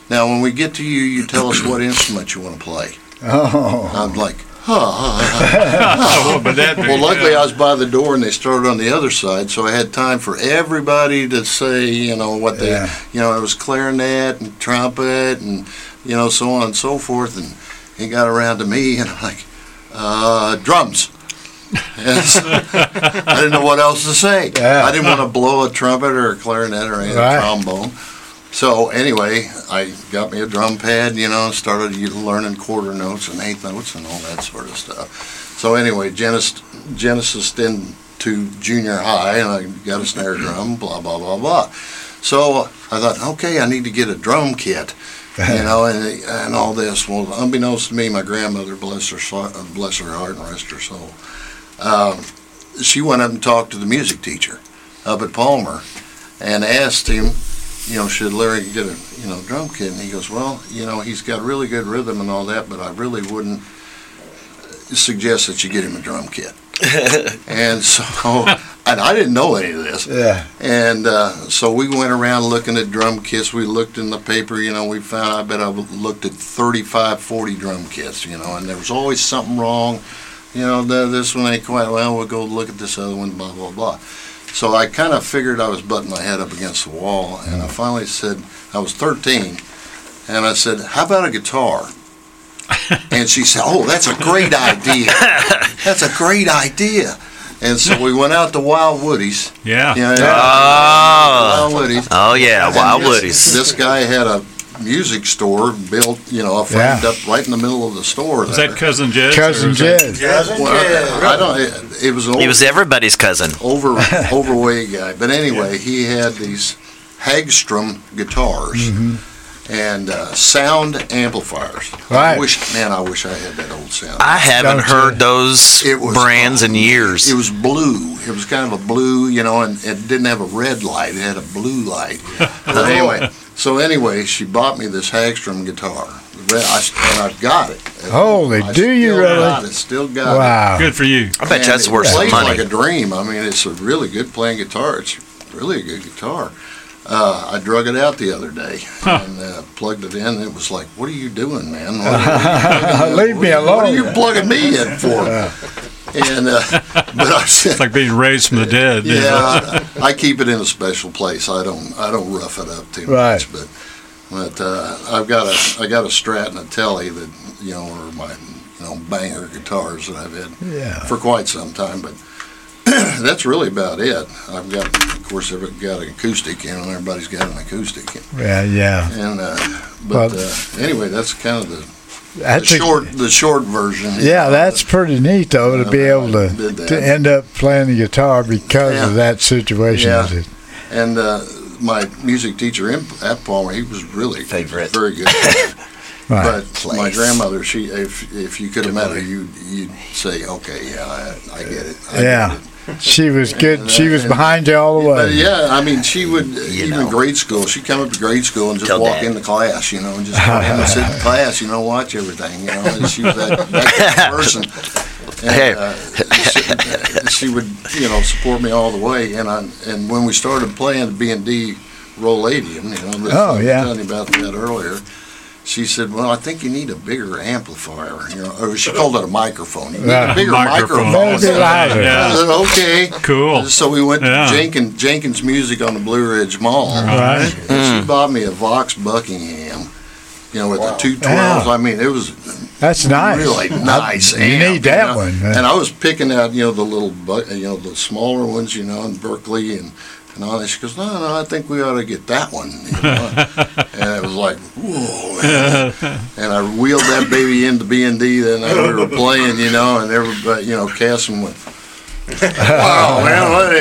S4: now when we get to you, you tell us what instrument you want to play."
S3: oh,
S4: I'm like, "Huh."
S2: [LAUGHS] oh, but that
S4: Well, luckily I was by the door, and they started on the other side, so I had time for everybody to say, you know, what they,
S3: Yeah.
S4: you know, it was clarinet and trumpet and you know so on and so forth, and he got around to me, [LAUGHS] and I'm like, uh, drums. [LAUGHS] And so I didn't know what else to say.
S3: Yeah.
S4: I didn't want to blow a trumpet or a clarinet or any
S3: Right.
S4: trombone. So anyway, I got me a drum pad, you know, started u- learning quarter notes and eighth notes and all that sort of stuff. So anyway, Genesis, Genesis then to junior high, and I got a snare drum, blah blah blah blah. So I thought, okay, I need to get a drum kit, you know, and and all this. Well, unbeknownst to me, my grandmother, bless her so- uh, bless her heart and rest her soul, um, she went up and talked to the music teacher up at Palmer, and asked him you know, should Larry get a, you know, drum kit? And he goes, well, you know, he's got really good rhythm and all that, but I really wouldn't suggest that you get him a drum kit. and so [LAUGHS] I and I didn't know any of this.
S3: Yeah.
S4: And uh, so we went around looking at drum kits. We looked in the paper, you know, we found, I bet I've looked at 35, 40 drum kits, you know, and there was always something wrong. You know, th- this one ain't quite, well, we'll go look at this other one, blah, blah, blah. So I kind of figured I was butting my head up against the wall, and I
S1: Mm.
S4: finally said, I was 13, and I said, How about
S1: [LAUGHS]
S4: a guitar? and she said, Oh, that's a great idea. That's a great idea. And so we went out to Wild Woody's
S2: Yeah.
S4: yeah, yeah.
S1: [LAUGHS] Ah.
S4: Wild Woodies.
S1: Oh yeah,
S4: And
S1: Wild
S4: this-
S1: Woodies.
S4: This guy had a music store built, you know, framed
S3: Yeah.
S4: up right in the middle of the store.
S2: Was
S4: there.
S2: that Cousin Jed's? or
S3: Cousin
S2: was that-
S3: Jed.
S5: Cousin
S4: Well, I don't. It, it was an
S1: He
S4: old,
S1: was everybody's cousin.
S3: [LAUGHS]
S4: over overweight guy, but anyway, he had these Hagstrom guitars.
S3: Mm-hmm.
S4: And uh, sound amplifiers. I
S3: Right.
S4: wish, man, I wish I had that old sound.
S1: I haven't
S3: Don't you?
S1: heard those
S4: It was-
S1: brands in years.
S4: It was blue. It was kind of a blue, you know, and it didn't have a red light. It had a blue
S3: [LAUGHS]
S4: light. but anyway, so anyway, she bought me this Hagstrom guitar, Well, I, and I've got it.
S3: Holy,
S4: I
S3: do you
S4: still
S3: really?
S4: Got it, still got it.
S3: Wow.
S2: Good for you.
S1: I bet
S4: And
S1: you that's
S4: it
S1: worth some
S4: plays
S1: money.
S4: like a dream. I mean, it's a really good playing guitar. It's really a good guitar. Uh, I drug it out the other day and uh, plugged it in. And it was like, "What are you doing,
S1: [LAUGHS]
S4: man? What are
S3: [LAUGHS]
S4: you
S3: Leave me
S4: what are
S3: alone.
S4: you plugging me in
S1: [LAUGHS]
S4: for? And uh, [LAUGHS] but I
S2: [LAUGHS]
S4: said,
S2: It's like being raised from the dead. you know?
S4: yeah, I, I keep it in a special place. I don't I don't rough it up too
S3: Right.
S4: much, but but uh, I've got a I got a Strat and a Telly that you know are my you know banger guitars that I've had
S3: Yeah.
S4: for quite some time, but. [CLEARS THROAT] That's really about it. I've got, of course, everybody got an acoustic, you know, everybody's got an acoustic,
S3: Yeah, yeah.
S4: and uh, but
S3: Well-
S4: uh, anyway, that's kind of the, the
S3: That's a-
S4: short, the short version.
S3: Yeah, that's pretty neat though to be
S4: Yeah, I
S3: able to,
S4: did that.
S3: to end up playing the guitar because of
S4: Yeah.
S3: that situation.
S4: Yeah. And uh, my music teacher in, at Palmer, he was really
S7: Favorite.
S4: very
S7: [LAUGHS]
S4: good.
S3: Right.
S4: But my
S7: Place.
S4: grandmother, she if if you could have met her,
S7: boy.
S4: you you'd say, okay, yeah, I, I get it. I get
S3: Yeah.
S4: it."
S3: She was good. She was
S4: And-
S3: behind you all the way.
S4: But yeah, I mean, she would even
S7: know.
S4: grade school. She'd come up to grade school and just
S7: Tell
S4: walk
S7: Dad.
S4: into class, you know, and just come in and sit in class, you know, watch everything, you know. And she was that, that kind of person.
S1: Hey.
S4: And, uh, she, she would, you know, support me all the way. And I, and when we started playing B and D Rolladium, you know, this-
S3: Oh,
S4: I was
S3: yeah.
S4: telling you about that earlier. She said, "Well, I think you need a bigger amplifier. You know, or she called it a microphone. You need
S3: Yeah.
S4: a bigger
S2: Microphone.
S4: microphone."
S3: Maybe louder.
S4: I
S2: Yeah.
S4: said, "Okay."
S3: Oh.
S2: Cool.
S4: So we went
S2: Yeah.
S4: to Jenkins, Jenkins Music on the Blue Ridge Mall.
S2: Right.
S4: And she bought me a Vox Buckingham, you know, with the two twelves. I mean, it was
S3: That's nice.
S4: really nice.
S3: You
S4: amp,
S3: need that
S4: know.
S3: one.
S4: And I was picking out, you know, the little, bu- you know, the smaller ones, you know, in Berkeley and. And all that. She goes, no, no, I think we ought to get that one.
S3: [LAUGHS]
S4: you know. and it was like, whoa. Man. and I wheeled that baby into B&D. Then I- we were playing, you know, and everybody, you know, Cassim went, wow, man, what, Oh, uh,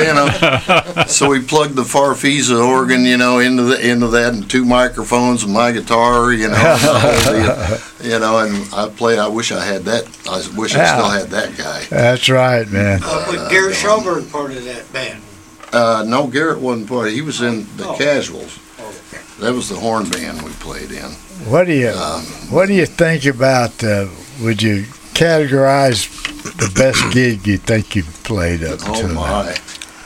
S4: you know so we plugged the Farfisa organ, you know, into the into that, and two microphones and my guitar, you
S3: [LAUGHS]
S4: know, and the whole deal, you know, and I play. I wish I had that. I wish I
S3: Yeah.
S4: still had that guy.
S3: That's right, man.
S6: Up with Gary Schauberg part of that band.
S4: Uh, no, Garrett wasn't part. He was in the
S6: Oh.
S4: Casuals.
S6: Oh,
S4: That was the horn band we played in.
S3: What do you
S4: Um,
S3: What do you think about? Uh, would you categorize the best gig you think you've played up
S4: Oh
S3: to now?
S4: my!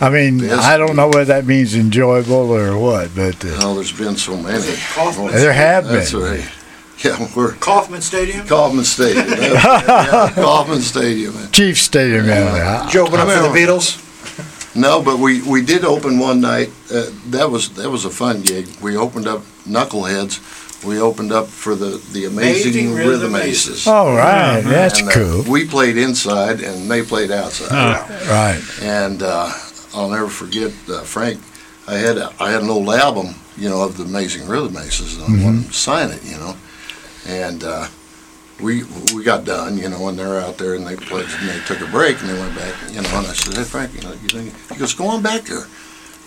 S3: I mean,
S4: Best
S3: I don't know whether that means enjoyable or what, but uh,
S4: Oh, there's been so
S6: Is
S4: many.
S6: it Kaufman?
S3: there have been.
S4: That's right. Yeah, we're
S6: Kaufman Stadium?
S3: [LAUGHS]
S4: Kaufman Stadium. Yeah, Kaufman Stadium.
S3: Chief Stadium down there. I-
S5: Joe, open up for the
S4: Remember-
S5: Beatles.
S4: No, but we, we did open one night. Uh, that was that was a fun gig. We opened up Knuckleheads. We opened up for the the Amazing,
S6: Amazing
S4: Rhythm,
S6: Rhythm
S4: Aces.
S3: All right, that's
S4: And, uh,
S3: cool.
S4: We played inside and they played outside.
S3: Right.
S4: And uh, I'll never forget uh, Frank. I had a, I had an old album, you know, of the Amazing Rhythm Aces, and I wanted to sign it, you know. And uh, we we got done, you know, and they're out there and they played and they took a break and they went back, you know. And I said, Hey Frank, you know, you think he goes, go on back there,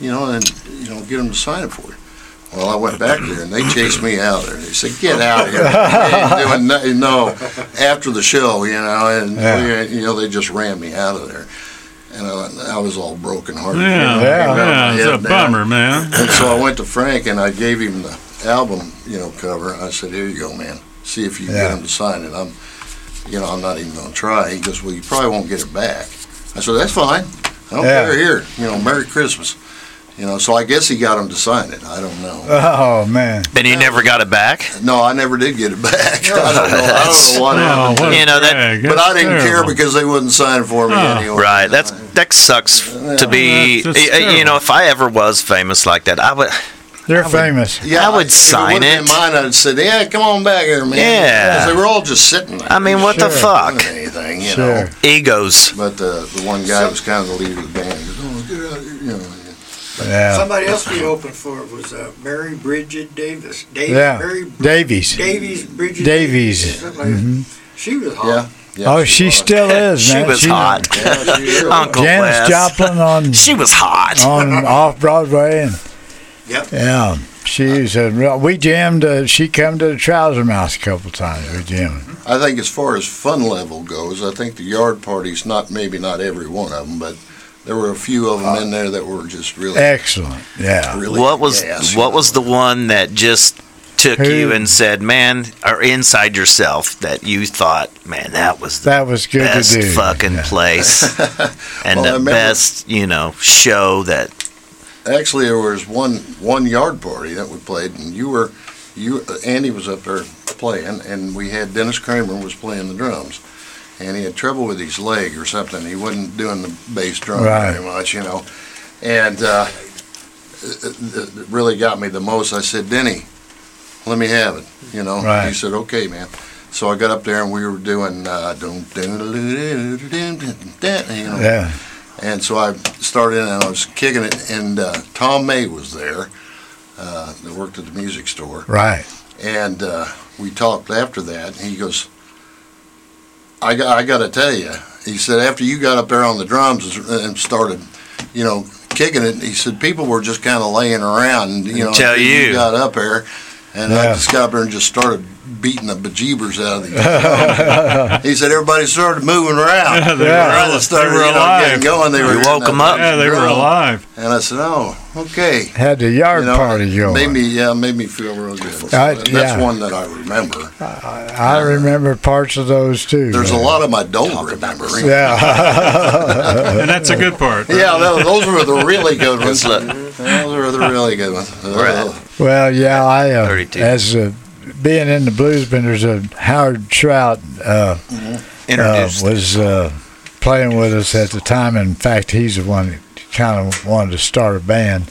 S4: you know, and you know, get them to sign it for you. Well, I went back there and they chased me out there. They said, "Get out of here!" They ain't doing nothing. no, after the show, you know, and
S3: Yeah.
S4: you know, they just ran me out of there and I, I was all broken hearted.
S2: Yeah.
S3: Yeah.
S2: Yeah. It's a bummer, man.
S4: And so I went to Frank and I gave him the album, you know, cover. I said, "Here you go, man. See if you can
S3: Yeah.
S4: get him to sign it." I'm, you know, I'm not even going to try. He goes, "Well, you probably won't get it back." I said, "That's fine." I don't
S3: Yeah.
S4: care here. You know, Merry Christmas. You know, so I guess he got him to sign it. I don't know.
S3: Oh man.
S1: And he never got it back.
S4: No, I never did get it back. [LAUGHS] I don't know. I don't know what
S2: Oh,
S4: happened.
S2: what a
S1: You know, that-
S2: drag.
S4: But
S2: That's
S4: I didn't care
S2: terrible.
S4: because they wouldn't sign for me
S2: Oh.
S4: anyway.
S1: Right. That's that sucks to be.
S2: That's- that's
S1: y- y- you know,
S2: terrible.
S1: if I ever was famous like that, I would.
S3: You're famous.
S4: Yeah,
S1: I would
S4: if
S1: sign
S4: it.
S1: it.
S4: would've Been mine, I'd said, "Yeah, come on back here, man."
S1: Yeah.
S4: 'Cause they were all just sitting there.
S1: I mean, what the
S3: Sure.
S1: fuck?
S4: doing anything, you
S3: Sure.
S4: know.
S1: Egos.
S4: But the the one guy was kind of the leader of the band. He goes, "Oh, get out of here," you know.
S3: Yeah.
S6: Somebody else we opened for was uh, Mary Bridget Davis. Davis
S3: Yeah.
S6: Mary
S3: Davies.
S6: Davies Bridget
S3: Davies. Mm-hmm.
S6: something like that. She was hot.
S4: Yeah. yeah
S3: Oh, she
S4: was. [LAUGHS]
S3: still is,
S1: She
S3: man.
S1: was hot.
S4: Yeah, she sure was.
S1: Uncle
S3: Janis
S1: Wes.
S3: Joplin
S4: [LAUGHS]
S1: [LAUGHS]
S3: on
S1: She was hot.
S3: on off Broadway and
S6: Yep.
S3: yeah. She's a real. We jammed. Uh, she come to the Trouser Mouse a couple times. We jammed.
S4: I think as far as fun level goes, I think the yard parties, not maybe not every one of them, but there were a few of them in there that were just really,
S3: Excellent. Yeah.
S4: really.
S1: Uh, What was
S4: gas, you
S1: what
S4: know.
S1: was the one that just took
S3: Who?
S1: you and said, "Man," or inside yourself that you thought, "Man, that was the
S3: That was good
S1: best
S3: to do.
S1: fucking [LAUGHS] place
S4: [LAUGHS]
S1: and
S4: Well, I
S1: the
S4: remember-
S1: best you know show that
S4: Actually, there was one one yard party that we played, and you were you Andy was up there playing, and we had Dennis Kramer was playing the drums, and he had trouble with his leg or something. He wasn't doing the bass drum
S3: Right.
S4: very much, you know, and uh, it it really got me the most. I said, Denny, let me have it, you know.
S3: Right.
S4: He said, Okay, man. So I got up there and we were doing uh, dun- dun- dun- dun- dun- dun- dun- dun, you know,
S3: Yeah.
S4: and so I started in and I was kicking it, and uh, Tom May was there. Uh, that worked at the music store,
S3: Right.
S4: and uh, we talked after that. And he goes, "I got, I got to tell you," he said. After you got up there on the drums and and started, you know, kicking it, he said people were just kind of laying around, and, you know,
S1: Tell
S4: until
S1: you.
S4: got up there, and I
S3: Yeah.
S4: just got up there and just started beating the bejeebers out of these. he said everybody started moving around.
S2: Yeah, they
S3: Yeah.
S2: were,
S4: Around the
S2: al-
S4: start,
S2: they were
S4: you know,
S2: alive.
S4: Getting going, they
S1: You
S4: were
S1: woke
S4: hitting
S1: 'em
S4: that
S1: up.
S2: yeah, they were
S4: drum.
S2: alive.
S4: And I said, "Oh, okay."
S3: [LAUGHS] Had the yard
S4: You know,
S3: party going.
S4: made me yeah, made me feel real
S2: Uh,
S4: good.
S3: I-
S4: That's
S3: yeah.
S4: one that I remember.
S3: I remember parts of those too.
S4: There's a
S3: man.
S4: lot of my don't remember. Yeah, [LAUGHS]
S3: Yeah. [LAUGHS]
S2: And that's a good part.
S4: tho- those were the really good ones. Those were the really good ones. Oh,
S1: Right.
S3: Well, yeah, I uh,
S1: 32.
S3: as uh, being in the blues benders, uh, Howard Trout uh, uh,
S1: introduced.
S3: was uh, playing with us at the time. In fact, he's the one that kind of wanted to start a band,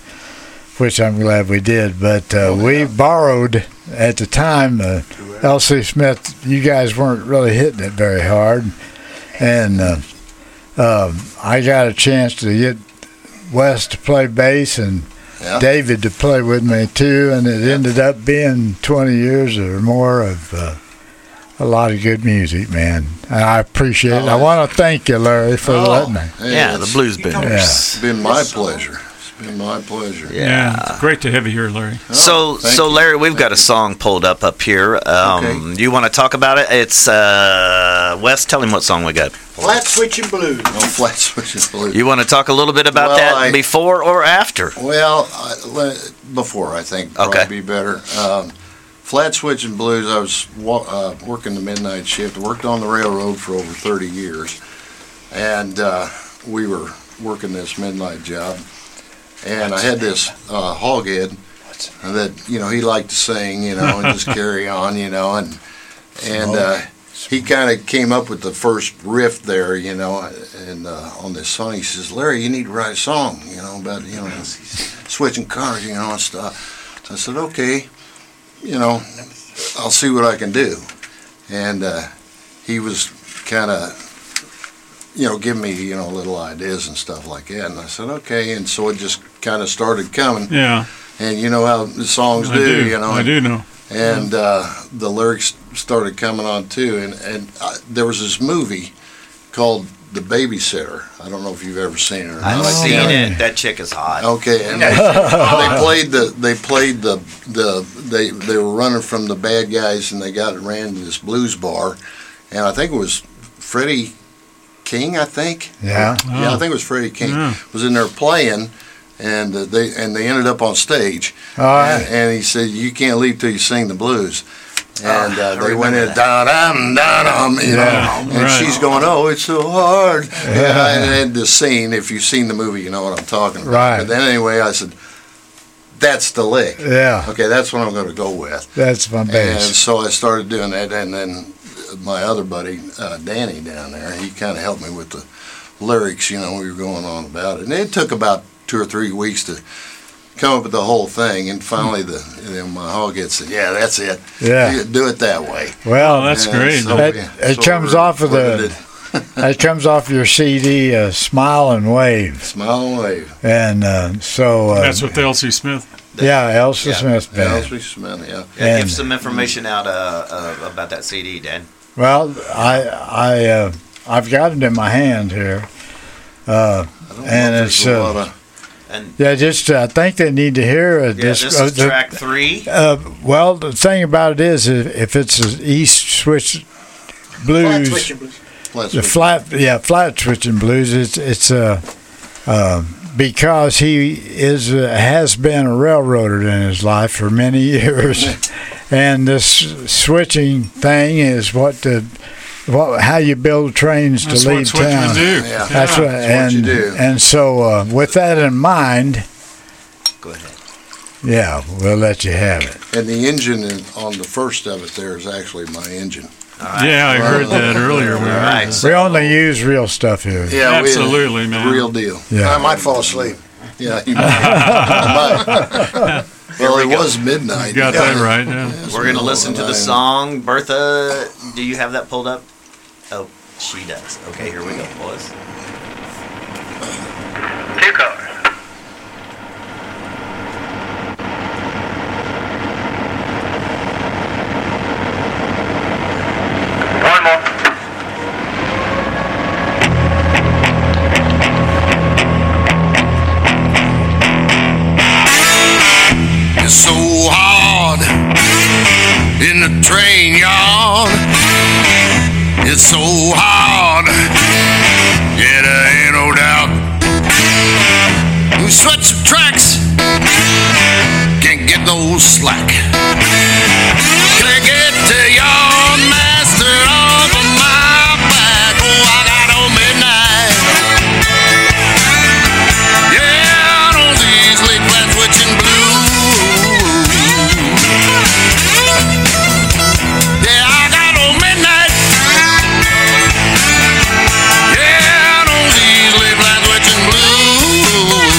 S3: which I'm glad we did. But uh, we borrowed at the time. Uh, L.C. Smith, you guys weren't really hitting it very hard, and uh, um, I got a chance to get Wes to play bass and
S4: Yeah.
S3: David to play with me too, and it ended up being 20 years or more of uh, a lot of good music, man. And I appreciate it. I want to thank you, Larry, for
S4: Oh,
S3: letting
S4: [LAUGHS]
S3: me.
S4: hey,
S1: yeah, Oh, the
S4: it's
S1: Blues Benders.
S4: been my pleasure. It's been my pleasure.
S1: Yeah.
S2: Yeah, it's great to have you here, Larry.
S4: Oh,
S1: So,
S4: thank
S1: so
S4: you.
S1: Larry, we've got a song pulled up up here. Um, You want to talk about it? It's uh, Wes. Tell him what song we got.
S6: Flat switch and blues.
S4: No flat [LAUGHS] switches. believe
S1: You want to talk a little bit about
S4: Well,
S1: that
S4: I-
S1: before or after?
S4: Well, I, le- before I think probably
S1: Okay.
S4: be better. Um, flat switch and blues. I was wa- uh, working the midnight shift. Worked on the railroad for over 30 years, and uh, we were working this midnight job. And I had this uh, hog head that you know he liked to sing, you know, and just carry on, you know, and and uh, he kind of came up with the first riff there, you know, and uh, on this song he says, "Larry, you need to write a song, you know, about you know switching cars, you know, and stuff." So I said, "Okay, you know, I'll see what I can do," and uh, he was kind of. You know, giving me you know little ideas and stuff like that, and I said okay, and so it just kind of started coming
S2: Yeah,
S4: and you know how the songs
S2: I
S4: do, you know.
S2: I do know.
S4: And uh, the lyrics started coming on too, and and uh, there was this movie called The Babysitter. I don't know if you've ever seen it or not.
S1: I've
S3: Oh,
S1: seen
S3: yeah.
S1: it. Oh, That chick is hot.
S4: Okay, and they, they played the they played the the they they were running from the bad guys, and they got ran to this blues bar, and I think it was Freddie King, I think.
S3: Yeah.
S4: Yeah, I think it was Freddie King
S2: Yeah.
S4: was in there playing, and uh, they and they ended up on stage.
S3: All right.
S4: And, and he said, "You can't leave till you sing the blues." And
S1: Ah, I
S4: uh, they went in
S1: remember
S4: da dum da dum,
S2: Yeah,
S4: you know, and
S2: right.
S4: she's going, "Oh, it's so hard." And, I, and the scene, if you've seen the movie, you know what I'm talking about.
S3: Right.
S4: But then anyway, I said, "That's the lick."
S3: Yeah,
S4: Okay, that's what I'm going to go with.
S3: that's my
S4: And
S3: base.
S4: so I started doing that, and then my other buddy uh, Danny down there, he kind of helped me with the lyrics. You know, we were going on about it, and it took about two or three weeks to come up with the whole thing. And finally, the then my hog head said, "Yeah, that's it.
S3: Yeah.
S4: You do it that way."
S3: Well,
S2: Oh, that's
S4: And
S2: great.
S4: so
S3: That-
S4: we-
S3: it comes
S4: we're-
S3: off of
S4: we're
S3: the-
S4: gonna
S3: that comes off your CD, uh, Smile and Wave,
S4: smile and wave.
S3: and uh, so uh,
S2: That's with Elsie Smith.
S3: yeah, Elsa Smith
S4: Yeah,
S3: band.
S4: Elsie Smith. Yeah.
S1: Yeah, give
S3: And-
S1: some information out uh, uh, about that CD, Dan.
S3: Well, I I uh, I've got it in my hand here. Uh,
S4: I don't know
S3: And
S4: if
S3: it's,
S4: there's a
S3: uh,
S4: lot of
S1: And
S3: yeah, just uh, I think they need to hear a
S1: yeah,
S3: disc-
S1: this
S3: uh,
S1: is
S3: the-
S1: track three.
S3: Uh, well, the thing about it is, if, if it's an East Switch blues,
S6: Flat switching blues.
S4: plants
S3: the
S4: we-
S3: flat, yeah, flat switching blues. It's it's uh, uh, because he is uh, has been a railroader in his life for many [LAUGHS] years, and this switching thing is what the what how you build trains
S2: That's
S3: to
S2: what
S3: leave
S2: switchmen
S3: town.
S2: do.
S4: Yeah.
S2: Yeah.
S3: That's what,
S4: that's what
S3: and
S4: you do.
S3: and so uh, with that in mind,
S1: Go ahead.
S3: yeah, we'll let you have it.
S4: and the engine in, on the first of it there is actually my engine.
S1: All right.
S2: Yeah, I heard that earlier.
S1: All
S2: when I heard
S1: right.
S2: that.
S3: We
S1: so-
S3: only use real stuff here.
S4: Yeah, we-
S2: Absolutely,
S4: the
S2: man.
S4: real deal.
S3: Yeah.
S5: I might fall asleep.
S4: Yeah, you
S2: [LAUGHS]
S4: might. I might. well,
S1: we
S4: it
S1: go.
S4: was midnight.
S2: You got that right. Yeah.
S1: We're gonna listen to the
S4: Midnight.
S1: song. Bertha, do you have that pulled up? Oh, she does. Okay, here we go, boys.
S7: Two colors. One more.
S4: It's so hard in the train yard. It's so hard. Yeah, there ain't no doubt. You switch the tracks. Can't get no slack. Can't get to your master off of my back. Oh, I got on midnight. Yeah, those these late flat switching blues. Yeah, I got on midnight. Yeah, those these late flat switching blues.
S8: Oh, Oh,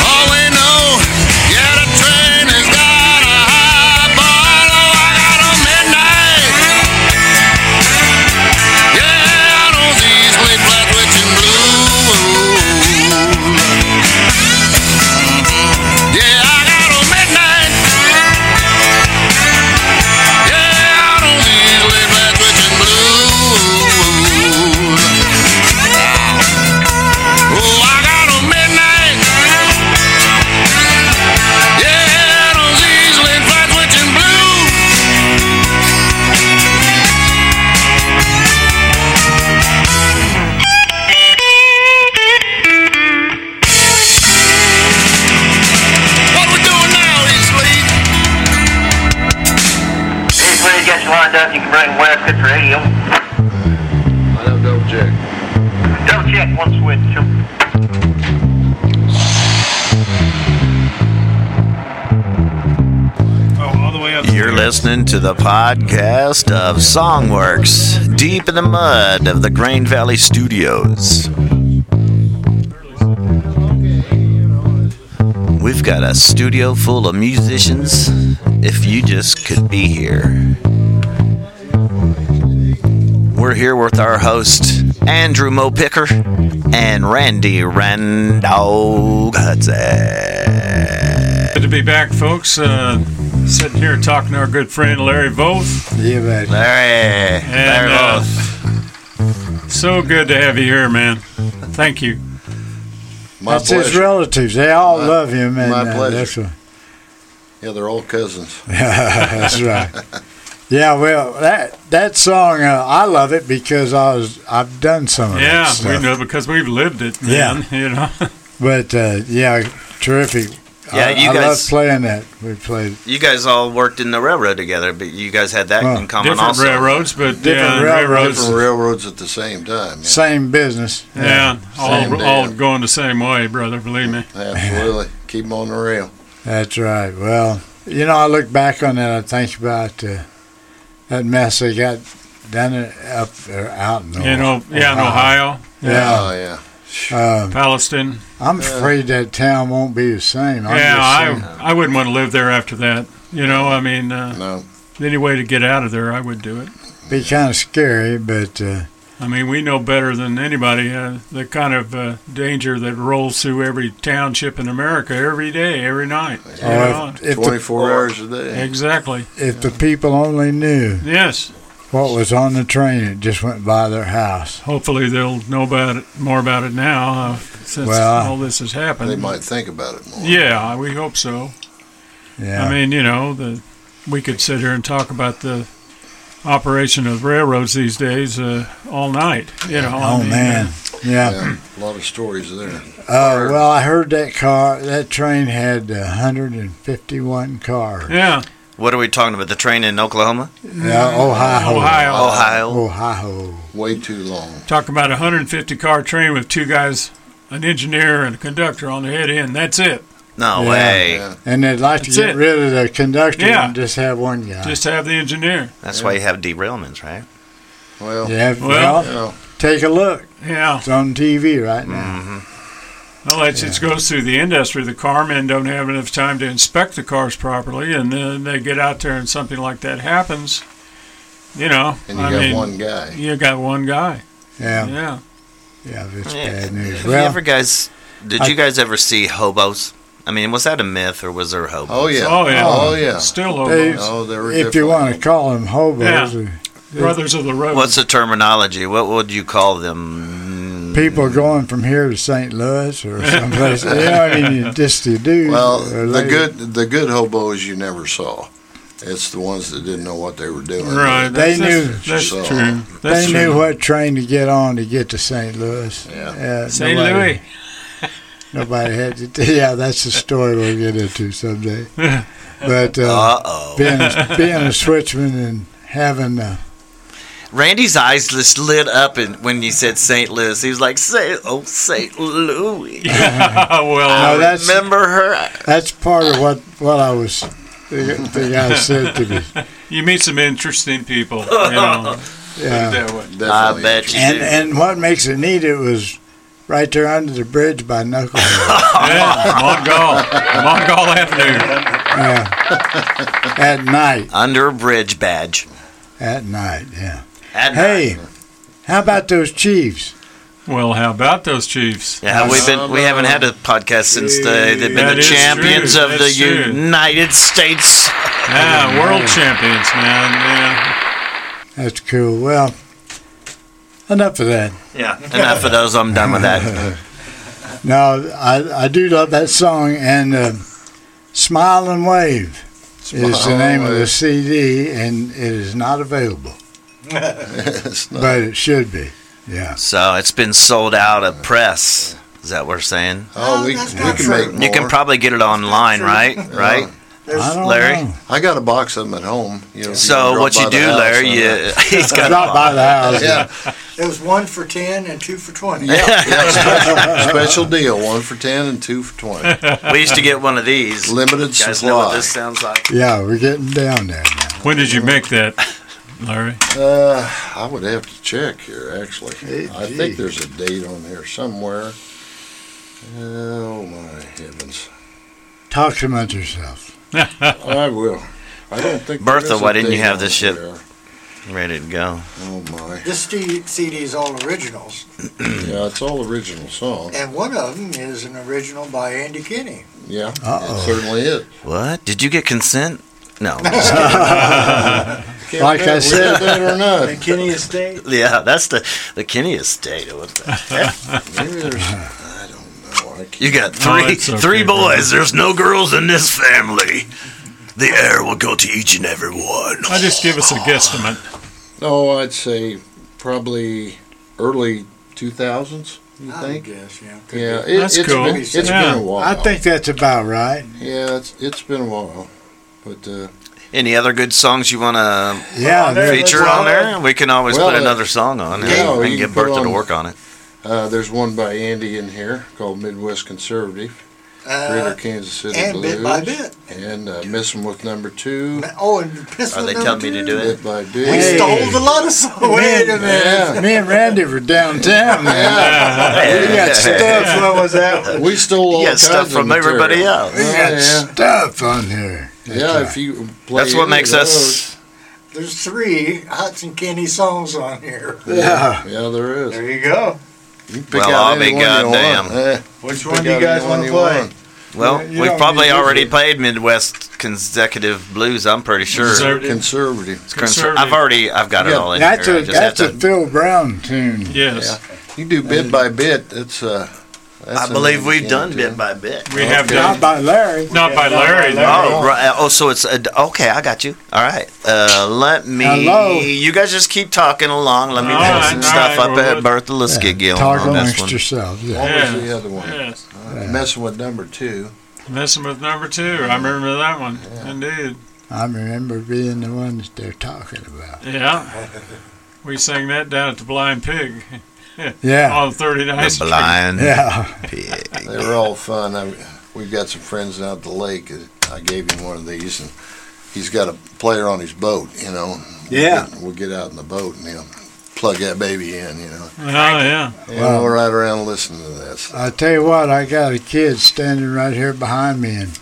S8: oh, Oh,
S7: done, you can bring West Pitts Radio.
S4: I don't object.
S7: Double check one switch.
S2: Oh, all the way up.
S1: You're listening to the podcast of Songworks, deep in the mud of the Grain Valley Studios. We've got a studio full of musicians. If you just could be here. We're here with our host, Andrew Mo Picker and Randy Randall Hudson.
S2: Good to be back, folks. Uh, sitting here talking to our good friend Larry Voth.
S3: Yeah, man.
S1: Larry.
S2: And,
S1: Larry
S2: uh,
S1: Voth.
S2: So good to have you here, man. Thank you.
S4: My
S3: That's his
S4: pleasure.
S3: relatives. They all love him. And,
S4: my
S3: uh,
S4: pleasure.
S3: that's what-
S4: Yeah, they're all cousins.
S3: [LAUGHS] That's right. Yeah, well, that that song uh, I love it because I was I've done some of that
S2: Yeah, we
S3: stuff.
S2: know because we've lived it, man. You know.
S3: But uh, yeah, terrific.
S1: Yeah,
S3: I,
S1: you
S3: I
S1: guys-
S3: love playing that. We played
S1: You guys all worked in the railroad together, but you guys had that
S3: Well,
S1: in common
S2: different
S1: also.
S2: railroads, but yeah,
S3: Different
S2: railroads,
S3: railroads.
S4: Different railroads at the same time. Yeah,
S3: same business.
S2: yeah,
S4: Same
S2: all, all
S4: deal.
S2: going the same way, brother. Believe me.
S4: absolutely. Keep 'em on the rail.
S3: That's right. Well, you know, I look back on that. I think about uh, that mess they got done up or out in
S2: You know, yeah, in
S3: Oh, Ohio.
S2: Ohio,
S3: Yeah,
S4: Oh yeah.
S3: um,
S2: Palestine.
S3: I'm afraid that town won't be the same. I'm
S2: Uh, yeah,
S3: just saying.
S2: I I wouldn't want to live there after that. You know, I mean, uh,
S4: No.
S2: any way to get out of there, I would do it.
S3: be kind of scary, but uh,
S2: I mean, we know better than anybody uh, the kind of uh, danger that rolls through every township in America every day, every night. you
S3: oh,
S2: know?
S3: if, if, the,
S4: 24 hours a day.
S2: exactly.
S3: if the people only knew
S2: Yes.
S3: what was on the train, it just went by their house.
S2: Hopefully, they'll know about it more about it now uh, since
S3: Well,
S2: all this has happened.
S4: They might think about it more.
S2: Yeah, we hope so.
S3: Yeah,
S2: I mean, you know, the, we could sit here and talk about the operation of railroads these days uh, all night. You know, I
S3: oh
S2: mean,
S3: man, yeah.
S4: Yeah, a lot of stories there.
S3: Uh, well, I heard that car, that train had 151
S2: uh,
S3: cars.
S2: yeah,
S1: What are we talking about? The train in Oklahoma?
S3: Yeah, Ohio.
S2: Ohio.
S1: Ohio?
S3: Ohio.
S4: Way too long.
S2: Talk about a 150 car train with two guys, an engineer and a conductor on the head end. That's it.
S1: No
S3: Yeah.
S1: way.
S4: Yeah.
S3: And they'd like
S2: That's
S3: to get
S2: it.
S3: rid of the conductor
S2: Yeah.
S3: and just have one guy.
S2: Just have the engineer.
S1: That's why you have derailments, right?
S4: Well,
S3: yeah, well,
S2: Well-
S4: you know,
S3: take a look.
S2: Yeah.
S3: It's on TV right
S2: Mm.
S3: now.
S2: Well, that's, it goes through the industry. The carmen don't have enough time to inspect the cars properly, and then they get out there and something like that happens. You know,
S4: and you
S2: I
S4: got
S2: mean,
S4: one guy.
S2: you got one guy.
S3: Yeah, yeah,
S2: Yeah.
S3: it's
S1: Yeah.
S3: bad news.
S1: Have
S3: Well,
S1: you ever guys? Did
S3: I-
S1: you guys ever see hobos? I mean, was that a myth or was there hobos?
S4: Oh yeah.
S2: Oh yeah.
S4: Oh yeah.
S2: Still
S3: They-
S2: hobos.
S4: Oh, they were
S3: if you
S4: different.
S3: want to call them hobos,
S2: Brothers of the road.
S1: What's the terminology? What would you call them?
S3: people going from here to St. Louis
S2: [LAUGHS]
S3: or someplace. yeah, I mean, you just you do.
S4: Well,
S3: or
S4: the
S3: they-
S4: good the good hobos you never saw. It's the ones that didn't know what they were doing.
S2: right?
S3: They
S2: that's,
S3: knew.
S2: That's,
S4: So-
S2: that's true. That's
S3: They
S2: true.
S3: knew what train to get on to get to St. Louis.
S4: Yeah.
S3: Uh,
S2: St.
S3: nobody-
S2: Louis.
S3: [LAUGHS] Nobody had to. Yeah, that's the story we'll get
S2: [LAUGHS]
S3: into someday. But uh,
S1: Uh oh.
S3: being, a, being a switchman and having uh,
S1: Randy's eyes just lit up in, when you said St. Louis. He was like, "Say, oh, St. Louis."
S2: [LAUGHS] well,
S3: No, that's-
S1: Remember her?
S3: that's part of what what I was the, the guy said to me.
S2: you meet some interesting people. You know, put
S3: Yeah.
S2: it that way.
S1: I
S4: Definitely.
S1: bet you.
S3: And
S1: do.
S3: and what makes it neat it was right there under the bridge by Knucklehead.
S2: Yeah, Mongol, Mongol Avenue.
S3: yeah. At night.
S1: Under a bridge badge.
S3: At night. Yeah.
S1: At
S3: Hey,
S1: night.
S3: how about those Chiefs?
S2: Well, how about those Chiefs?
S1: Yeah, we've been we haven't had a podcast since they they've been
S2: That
S1: the
S2: is
S1: champions
S2: true.
S1: of
S2: That's
S1: the
S2: true.
S1: United States.
S2: Yeah, world champions, man. Yeah.
S3: That's cool. Well, enough of that.
S1: Yeah, enough of those. I'm done with
S2: [LAUGHS]
S1: that.
S3: No, I, I do love that song and uh, "Smile and Wave" is the
S4: Smile
S3: name
S4: and
S3: of the
S4: Wave.
S3: CD, and it is not available,
S4: [LAUGHS] It's not-
S3: but it should be. Yeah,
S1: So it's been sold out of press. Is that what we're saying?
S4: oh, we, we can make more.
S1: You can probably get it online, right? Right.
S3: I don't
S1: Larry?
S3: know.
S4: I got a box of them at home. You know, if
S1: So
S4: drop
S1: what
S4: by
S1: you
S4: the
S1: do,
S4: house,
S1: Larry?
S4: I'm
S1: You [LAUGHS] he's
S4: [LAUGHS]
S1: got a
S3: Not by the
S4: not-
S1: [LAUGHS]
S3: house.
S4: Yeah,
S6: There was one for 10 and two for 20.
S4: yeah, yeah, special, special deal. One for ten and two
S3: [LAUGHS]
S4: for twenty.
S1: We used to get one of these.
S4: Limited
S1: You guys know what
S4: supply.
S1: this sounds like?
S3: Yeah, we're getting down there. now.
S2: When did you make that, Larry?
S4: Uh, I would have to check here. Actually,
S3: Hey,
S4: I
S3: gee.
S4: think there's a date on here somewhere. Oh my heavens!
S3: Talk amongst yourself.
S4: I will. I don't think. there
S1: Bertha,
S4: is a
S1: why didn't you
S4: date
S1: have
S4: on
S1: this shit?
S4: here.
S1: Ready to go.
S4: Oh my!
S6: This CD CD is all originals,
S4: Yeah, it's all original song.
S6: and one of them is an original by Andy Kinney.
S4: Yeah,
S3: Uh-oh.
S4: it certainly is.
S1: What? Did you get consent?
S4: [LAUGHS]
S1: No. I'm just
S4: Can't
S3: Like I
S4: tell if we
S3: said-
S4: did that or not.
S6: The Kinney Estate.
S1: kidding. yeah, that's the the Kenny estate. What the heck?
S4: Maybe there's.
S3: [LAUGHS]
S4: I don't know. I can't.
S1: You got
S2: No,
S1: three
S2: it's okay,
S1: three
S2: brother.
S1: boys. There's no girls in this family. The heir will go to each and every one.
S2: I just give us a guesstimate.
S4: No, I'd say probably early 2000s. You
S6: I would
S4: think?
S6: guess, yeah. could
S4: Yeah,
S6: be.
S4: it,
S2: That's
S4: has
S2: cool.
S4: been, it's
S2: Yeah.
S4: been a while.
S3: I think that's about right.
S4: Yeah, it's it's been a while, but uh,
S1: Any other good songs you want to
S3: Yeah,
S6: Oh, there
S3: there-
S6: it is.
S1: feature on there? We can always
S4: Well,
S1: put
S4: uh,
S1: another song on and,
S4: yeah,
S1: and
S4: you
S1: get
S4: can put
S1: Bertha to
S4: on-
S1: work on it.
S4: uh, there's one by Andy in here called Midwest Conservative, Greater
S6: Uh,
S4: Kansas City
S6: and
S4: Blues,
S6: bit by bit.
S4: and uh, Missing with Number Two,
S6: Oh, and piss
S1: Are
S6: with
S1: they
S6: number
S1: telling me to
S6: two.
S1: do it?
S4: Bit by Bit.
S6: We
S3: Hey.
S6: stole the lot of songs. Wait a minute.
S4: Yeah.
S3: Me and Randy were
S1: [LAUGHS]
S3: downtown, man. We got stuff. What was that?
S4: We stole all
S1: You got
S4: kinds
S1: stuff
S4: of
S1: from
S4: material.
S1: everybody else.
S3: We
S4: Oh,
S3: got
S4: yeah,
S3: stuff on here.
S4: yeah. If you play
S1: That's what
S4: any of
S1: makes us.
S6: There's three Hudson Kenny songs on here.
S3: Yeah.
S4: those- yeah, there is.
S6: There you go.
S4: You can pick
S1: Well,
S4: out
S1: I'll be
S4: any one you want.
S1: goddamn.
S4: Eh,
S5: Which
S4: pick
S5: one do
S4: out
S5: you guys
S4: any
S5: want to
S4: you
S5: play?
S4: want.
S1: Well,
S3: You- you
S1: we've
S3: don't
S1: probably
S3: need to
S1: already
S3: do-
S1: played Midwest consecutive blues. I'm pretty sure.
S2: Conservative.
S4: Conservative.
S1: It's conser- I've already I've got it
S4: Yeah,
S1: all in
S3: That's
S1: here.
S3: a
S1: I just have
S3: that's a
S1: to.
S3: Phil Brown tune.
S2: Yes,
S4: You do bit by bit. It's uh. That's
S1: I
S4: an
S1: believe we've
S4: indicator,
S1: done
S4: too.
S1: bit by bit.
S2: we have
S4: Okay.
S2: done.
S3: Not by Larry.
S2: Not by Larry. though.
S1: Oh, right. Oh, so it's a, okay. I got you. All right. Uh, let me.
S3: Hello.
S1: You guys just keep talking along. Let me
S2: All
S1: pull
S2: right,
S1: some
S2: all
S1: stuff
S2: right,
S1: up
S2: well,
S1: at
S2: we'll-
S1: Bertha Liskigil
S3: Talk
S1: on this
S3: amongst
S1: one.
S3: yourself. Yeah.
S4: What
S2: Yes.
S4: was the other one?
S2: Yes.
S4: Messing with number two.
S2: Messing with number two. I remember that one. Indeed.
S3: I remember being the one that they're talking about.
S2: Yeah. We sang that down at the Blind Pig
S3: Yeah.
S2: on 39th
S1: The
S2: Street.
S1: blind
S3: Yeah.
S1: pig.
S4: They were all fun. I, we've got some friends out at the lake. I gave him one of these, and he's got a player on his boat. You know.
S3: Yeah.
S4: We'll get out in the boat and he'll plug that baby in. You know.
S2: Oh, yeah.
S4: And
S3: Wow.
S4: we're right around listening to this.
S3: I tell you what, I got a kid standing right here behind me, and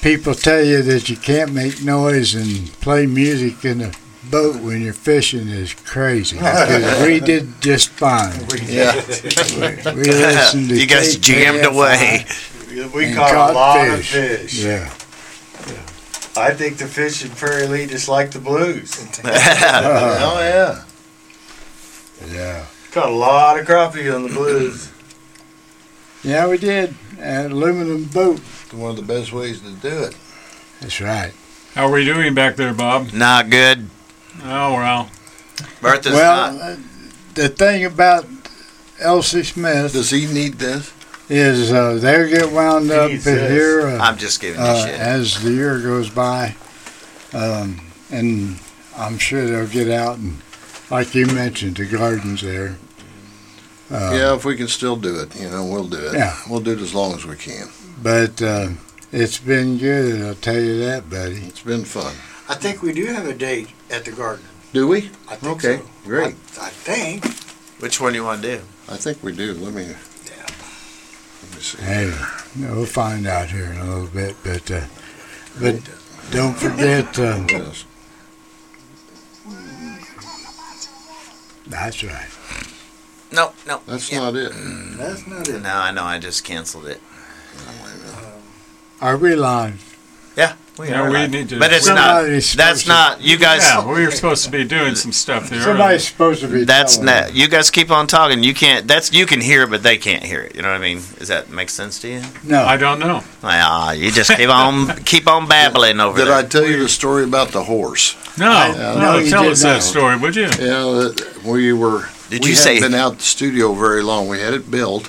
S3: people tell you that you can't make noise and play music in a boat when you're fishing is
S5: [LAUGHS]
S3: crazy. 'Cause we did just fine.
S4: Yeah.
S3: We
S5: [LAUGHS]
S3: listened to
S1: you guys
S3: KJFI.
S1: jammed away.
S5: We
S3: And
S5: caught,
S3: caught
S5: a lot
S3: fish.
S5: of fish. [LAUGHS]
S3: Yeah.
S5: I think the fish in Prairie Lee just like the
S4: [LAUGHS]
S5: blues.
S4: oh yeah.
S3: Yeah.
S5: caught a lot of crappie on the blues.
S3: Yeah, we did. An aluminum boat.
S4: One of the best ways to do it.
S3: That's right.
S2: How are we doing back there,
S1: [LAUGHS]
S2: Bob?
S1: Not good.
S2: Oh, well.
S1: Bertha's
S3: well,
S1: not.
S3: uh, the thing about Elsie Smith
S4: Does he need this?
S3: is uh, they get wound up
S5: Jesus.
S3: here. Uh,
S1: I'm just giving you
S3: uh,
S1: shit.
S3: as the year goes by. Um, and I'm sure they'll get out and, like you mentioned, the gardens there. Uh,
S4: yeah, if we can still do it, you know, we'll do it.
S3: Yeah.
S4: We'll do it as long as we can.
S3: But uh, it's been good, I'll tell you that, buddy.
S4: It's been fun.
S6: I think we do have a date at the garden.
S4: Do we?
S6: I think
S4: Okay,
S6: so.
S4: great.
S6: I, I think.
S1: Which one do you want to do?
S4: I think we do. Let me. Let me see.
S3: Hey, we'll find out here in a little bit. But uh, but don't forget. Uh,
S4: Yes.
S3: that's right.
S1: No, no.
S4: That's
S1: yeah.
S4: not it.
S6: That's not it.
S1: No, I know. I just canceled it.
S3: Are we live?
S1: Yeah, we
S2: Yeah,
S1: are.
S2: we
S1: live.
S2: need to-
S1: But it's not.
S3: Somebody's supposed
S1: That's
S3: to-
S1: not. You guys.
S2: Yeah, we were supposed to be doing some stuff there.
S3: Somebody's supposed to be.
S1: That's
S3: telling me.
S1: not. You guys keep on talking. You can't. That's you can hear, it, but they can't hear it. You know what I mean? Does that make sense to you?
S2: I
S3: No.
S2: don't know.
S1: Ah, you just keep on keep on babbling over
S4: Did I
S1: there.
S4: tell you the story about the horse?
S2: No,
S3: no,
S2: no,
S3: you
S2: tell
S3: did
S2: us
S3: not.
S2: that story, would you?
S4: Yeah, that we were.
S1: Did
S4: we
S1: you
S4: hadn't
S1: say-
S4: been out the studio very long. We had it built,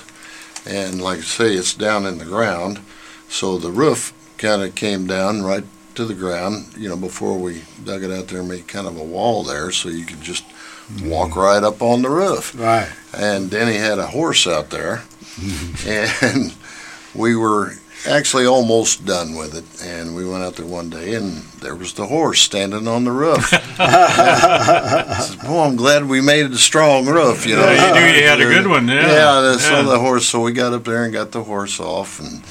S4: and like I say, it's down in the ground, so the roof kind of came down right to the ground, you know, before we dug it out there and made kind of a wall there so you could just walk right up on the roof
S3: Right.
S4: and Denny had a horse out there, and we were actually almost done with it. And we went out there one day, and there was the horse standing on the roof. I said, "Boy, I'm glad we made it a strong roof." You know,
S2: Yeah, you knew you had a good one, yeah.
S4: Yeah, the- so
S2: Yeah.
S4: the horse. So we got up there and got the horse off, and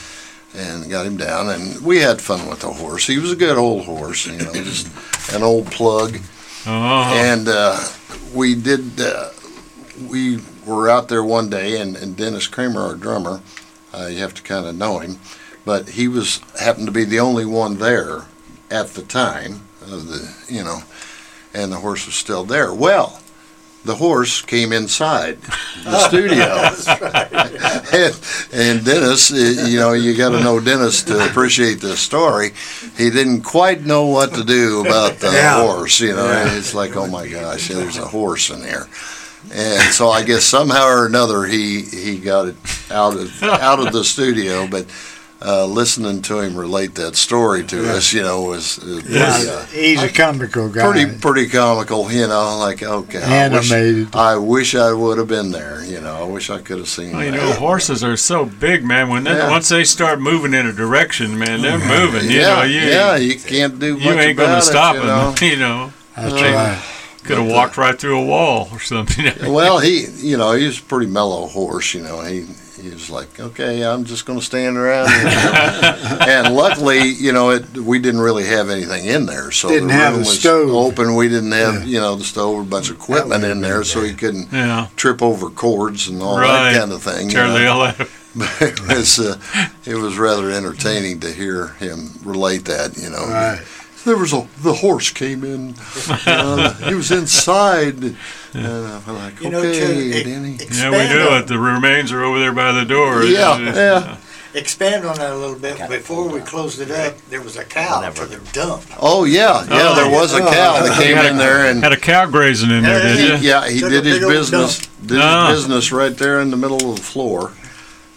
S4: and got him down, and we had fun with the horse. He was a good old horse, you know, just an old plug
S2: Oh,
S4: and uh, we did. Uh, we were out there one day, and, and Dennis Kramer, our drummer, uh, you have to kind of know him, but he was happened to be the only one there at the time of the you know, and the horse was still there. Well. The horse came inside
S5: [LAUGHS]
S4: the studio, and, and Dennis, uh, you know, you got to know Dennis to appreciate this story. He didn't quite know what to do about the
S5: Yeah.
S4: horse, you know. and It's like, oh my gosh, there's a horse in there, and so I guess somehow or another he he got it out of out of the studio, but. Uh, listening to him relate that story to us, you know, was, was
S2: Yes.
S4: uh,
S3: He's a comical guy.
S4: pretty pretty comical, you know. Like, okay,
S3: Animated.
S4: I wish I, would have been there, you know. I wish I could have seen.
S2: well, you
S4: that.
S2: know, horses are so big, man. When they,
S4: Yeah.
S2: once they start moving in a direction, man, they're moving. You
S4: yeah,
S2: know, you,
S4: yeah, you can't do.
S2: you
S4: much
S2: ain't going
S4: about
S2: to
S4: it,
S2: stop
S4: you
S2: [LAUGHS]
S4: know. uh,
S2: them. You know,
S3: That's
S2: Uh,
S3: right.
S2: could have walked right through a wall or something. [LAUGHS]
S4: well, he, you know, he was a pretty mellow horse. You know, he he was like, okay, I'm just going to stand around.
S3: [LAUGHS]
S4: here." and luckily, you know, it we didn't really have anything in there, so
S3: Didn't
S4: the
S3: have
S4: room
S3: a
S4: was
S3: stove.
S4: open. We didn't have, you know, the stove, a bunch of equipment in there, so he couldn't
S2: yeah,
S4: trip over cords and all
S2: Right.
S4: that kind of thing. you
S2: tear
S4: know.
S2: the hell out of
S4: [LAUGHS] But it was uh, it was rather entertaining to hear him relate that. You know,
S3: Right.
S4: there was a the horse came in. Uh, he was inside. And I'm like,
S6: You know, to
S4: okay,
S6: e-
S4: Danny.
S2: Yeah, we
S6: expand
S2: do
S6: on-
S2: it. The remains are over there by the door.
S4: Yeah,
S2: It's-
S4: yeah.
S6: Expand on that a little bit. Before we closed it up, there was a cow to the dump.
S4: Oh yeah, yeah.
S2: Oh.
S4: there was a cow that came
S2: Had a-
S4: in there and.
S2: Had a cow grazing in there, did
S6: Hey.
S4: He,
S2: you?
S4: yeah, he
S6: Took a
S4: did his
S6: big old
S4: business. Did
S2: Ah.
S4: his business right there in the middle of the floor.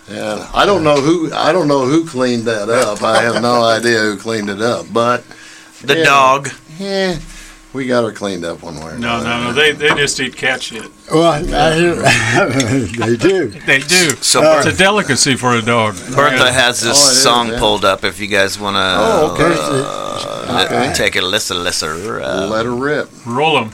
S4: And I don't know who I don't know who cleaned that up. I have no idea who cleaned it up, but
S1: The
S4: Yeah.
S1: dog.
S4: yeah, Eh, we got her cleaned up one way or
S2: No,
S4: another.
S2: no, no. They they just eat cat shit.
S3: Well, I hear, [LAUGHS] they do.
S2: They do.
S1: So
S2: It's
S1: Bertha,
S2: a delicacy for a dog.
S1: Bertha has this
S4: Oh, it is,
S1: song
S4: yeah.
S1: pulled up. If you guys want to
S4: Oh, okay.
S1: uh,
S4: Okay.
S1: take a listen, listen. Uh,
S4: Let her rip.
S2: Roll them.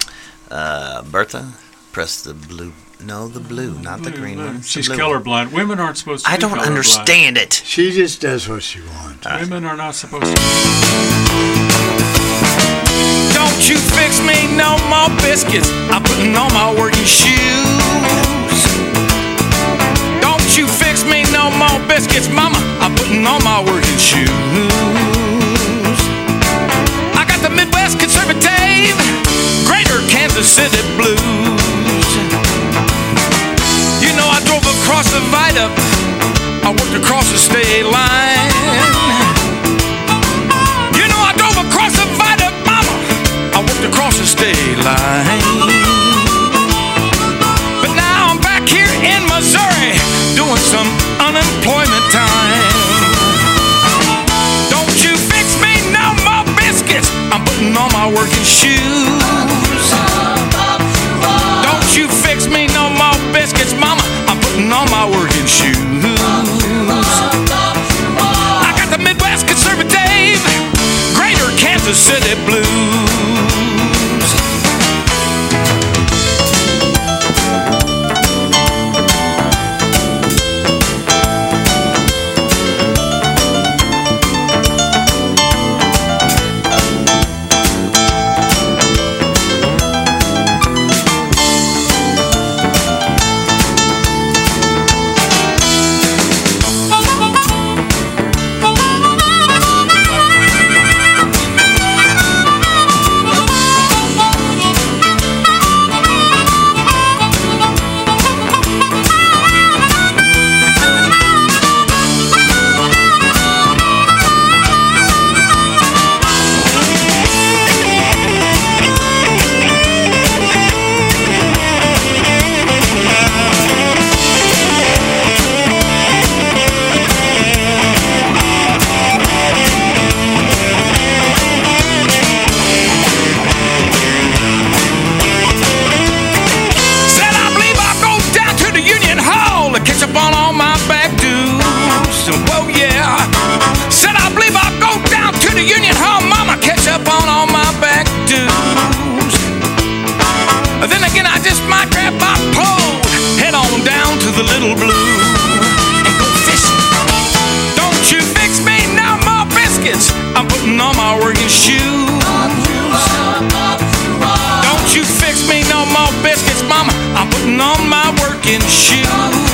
S1: uh, Bertha, press the blue. No, the blue, not the green one. It's the
S2: She's
S1: blue one.
S2: colorblind. Women aren't supposed to.
S1: I
S2: be
S1: don't
S2: colorblind.
S1: understand it.
S3: She just does what she wants.
S2: Women are not supposed to.
S9: Don't you fix me no more biscuits. I'm putting on my working shoes. Don't you fix me no more biscuits, mama. I'm putting on my working shoes. I got the Midwest conservative, greater Kansas City blues. You know, I drove across the viaduct, I worked across the state line. You know I drove across the viaduct, mama. I walked across the state line. But now I'm back here in Missouri doing some unemployment time. Don't you fix me no more biscuits. I'm putting on my working shoes. Don't you fix me no more biscuits, mama. I'm putting on my working shoes. I got the Midwest conservative, Greater Kansas City blues. oh, yeah. Said I believe I'll go down to the Union Hall, mama, catch up on all my back dues. Then again, I just might grab my pole, head on down to the Little Blue, and go fishing. Don't you fix me no more biscuits. I'm putting on my working shoes. Don't you fix me no more biscuits, mama. I'm putting on my working shoes.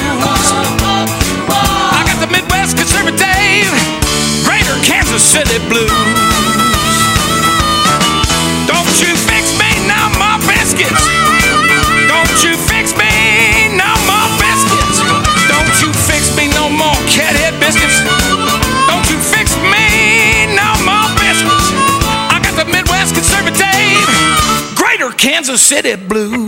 S9: I got the Midwest conservative, Greater Kansas City blues. Don't you fix me no more biscuits. Don't you fix me no more biscuits. Don't you fix me no more cathead biscuits. Don't you fix me no more biscuits. I got the Midwest conservative, Greater Kansas City blues.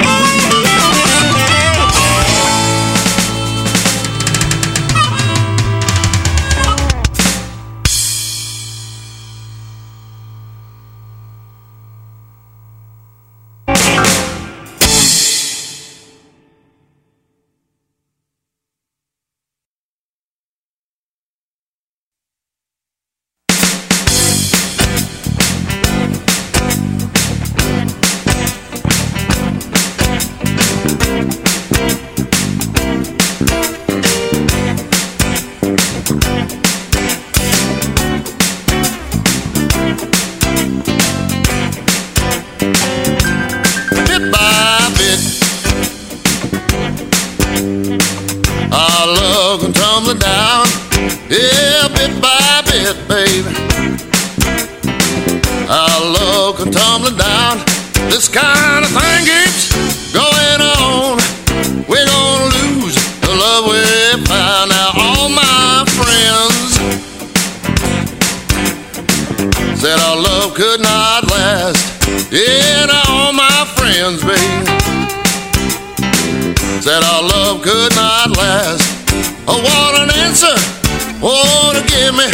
S8: bit by bit. Our love can tumble down, yeah, bit by bit, baby. Our love can tumble down. This kind of thing keeps going on. We're gonna lose the love we found. Now all my friends said our love could not last. Yeah, now all my friends, baby, said our love could not last. I want an answer, want to give me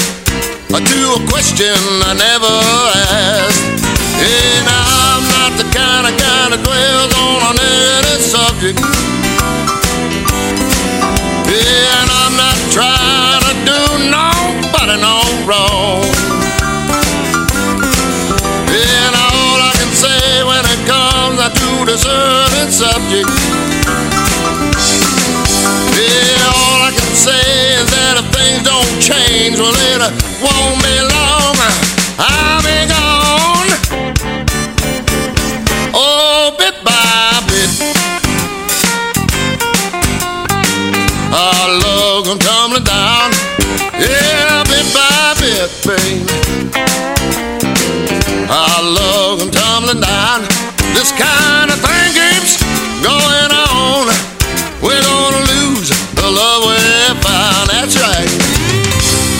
S8: a, to a question I never asked. Yeah, now I'm not the kind of guy that dwells on a negative subject. Yeah, and I'm not trying to do nobody no wrong. And all I can say when it comes out to the certain subject. Yeah, all I can say is that if things don't change, well, it uh, won't be long. I'll be gone. Oh, bit by bit. Our love gonna tumble down. Yeah, bit by bit, baby. Our love and tumbling down. This kind of thing keeps going on. We're gonna lose the love we found. That's right.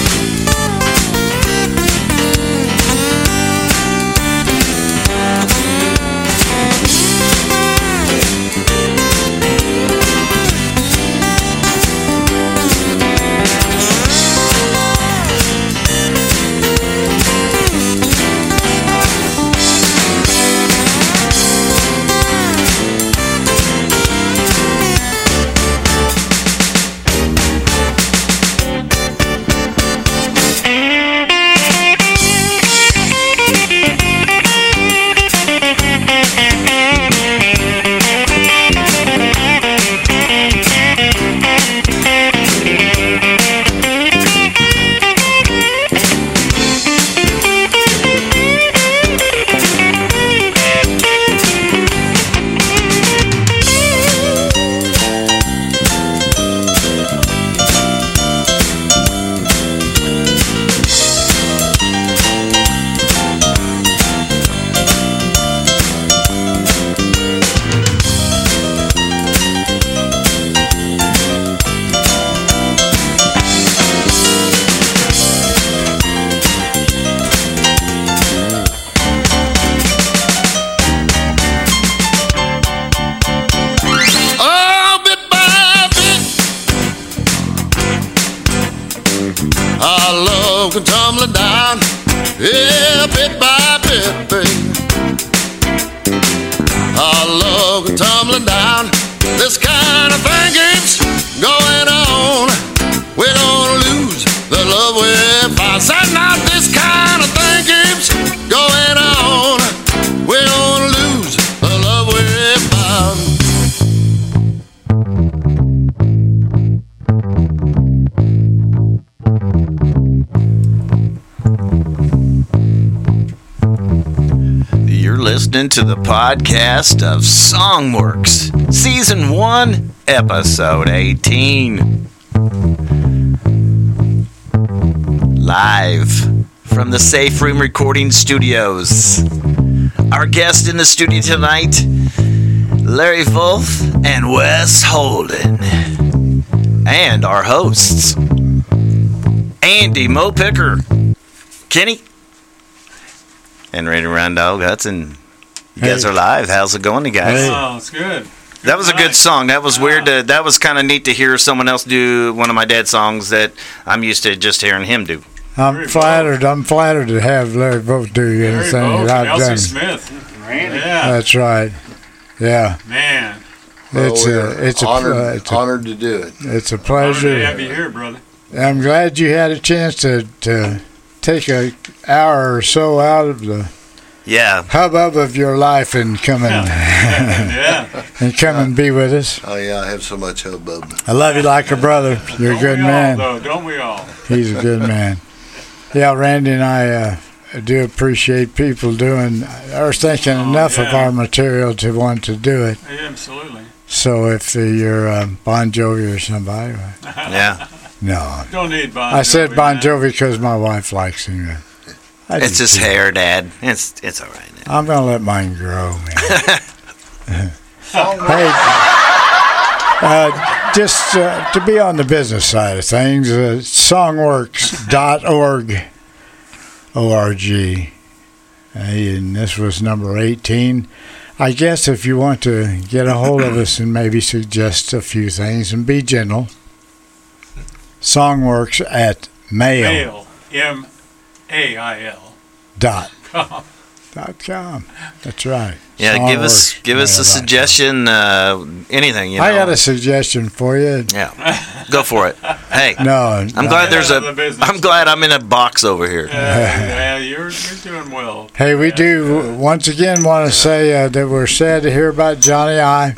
S8: Oh, bit by bit. Our love can tumble down. Yeah, bit by bit, baby. Our love can tumble down. This kind of thing keeps going on. We're gonna lose the love we advice and not this kind of thing keeps going on. We're gonna lose the love we're bound.
S1: You're listening to the podcast of Songworks, Season 1, Episode 18. Live from the Safe Room Recording Studios. Our guest in the studio tonight, Larry Wolf and Wes Holden. And our hosts, Andy Mo Picker, Kenny, and Randy Rondog Hudson. You guys
S3: Hey.
S1: are live. How's it going, you guys?
S3: Hey.
S2: Oh, it's good.
S1: That was a
S2: Nice.
S1: good song. That was weird. To, that was kind of neat to hear someone else do one of my dad's songs that I'm used to just hearing him do.
S3: I'm
S2: Very
S3: flattered. I'm flattered to have Larry both do
S2: Very
S3: anything
S2: bold.
S3: that I've
S2: Elsie
S3: done.
S2: Smith.
S7: Randy.
S2: Yeah,
S3: That's right. Yeah,
S2: man.
S4: Well,
S3: it's
S4: we're
S3: a it's a
S4: honored,
S3: uh, it's a,
S4: honored to do it.
S3: it's a
S2: Oh, Honored to have
S3: pleasure.
S2: you here, brother.
S3: I'm glad you had a chance to, to take a hour or so out of the
S1: Yeah,
S3: hubbub of your life and come and, [LAUGHS]
S2: Yeah.
S3: and come and be with us.
S4: Oh yeah, I have so much hubbub.
S3: I love you like a brother. You're a
S2: Don't
S3: good
S2: we
S3: man.
S2: All, though, don't we all?
S3: He's a good man. Yeah, Randy and I uh, do appreciate people doing or thinking
S2: Oh,
S3: enough of
S2: yeah.
S3: our material to want to do it.
S2: Yeah, absolutely.
S3: So if uh, you're um, Bon Jovi or somebody, uh,
S1: yeah.
S3: no.
S2: Don't need Bon
S3: I said
S2: Jovi,
S3: Bon
S2: man.
S3: Jovi because my wife likes him. I
S1: It's
S3: do
S1: his
S3: too.
S1: hair, Dad. It's it's all right.
S3: I'm gonna let mine grow, man.
S5: Song
S3: hey, uh, just uh, to be on the business side of things, uh, songworks.org, org, Hey, and this was number eighteen. I guess if you want to get a hold of us and maybe suggest a few things and be gentle, songworks at mail
S2: Mail. M A I
S3: [LAUGHS]
S2: L.
S3: dot dot com. That's right.
S1: Yeah, give us
S3: Songworks
S1: give us a
S3: mail dot com.
S1: suggestion. Uh, anything you know.
S3: I got a suggestion for you.
S1: yeah, go for it. Hey,
S3: [LAUGHS] No,
S1: I'm
S3: no.
S1: glad there's a.
S2: Out of the business.
S1: I'm glad I'm in a box over here.
S2: Yeah, yeah, you're you're doing well.
S3: Hey, we do once again want to say uh, that we're sad to hear about
S1: [CLEARS THROAT]
S3: Johnny I.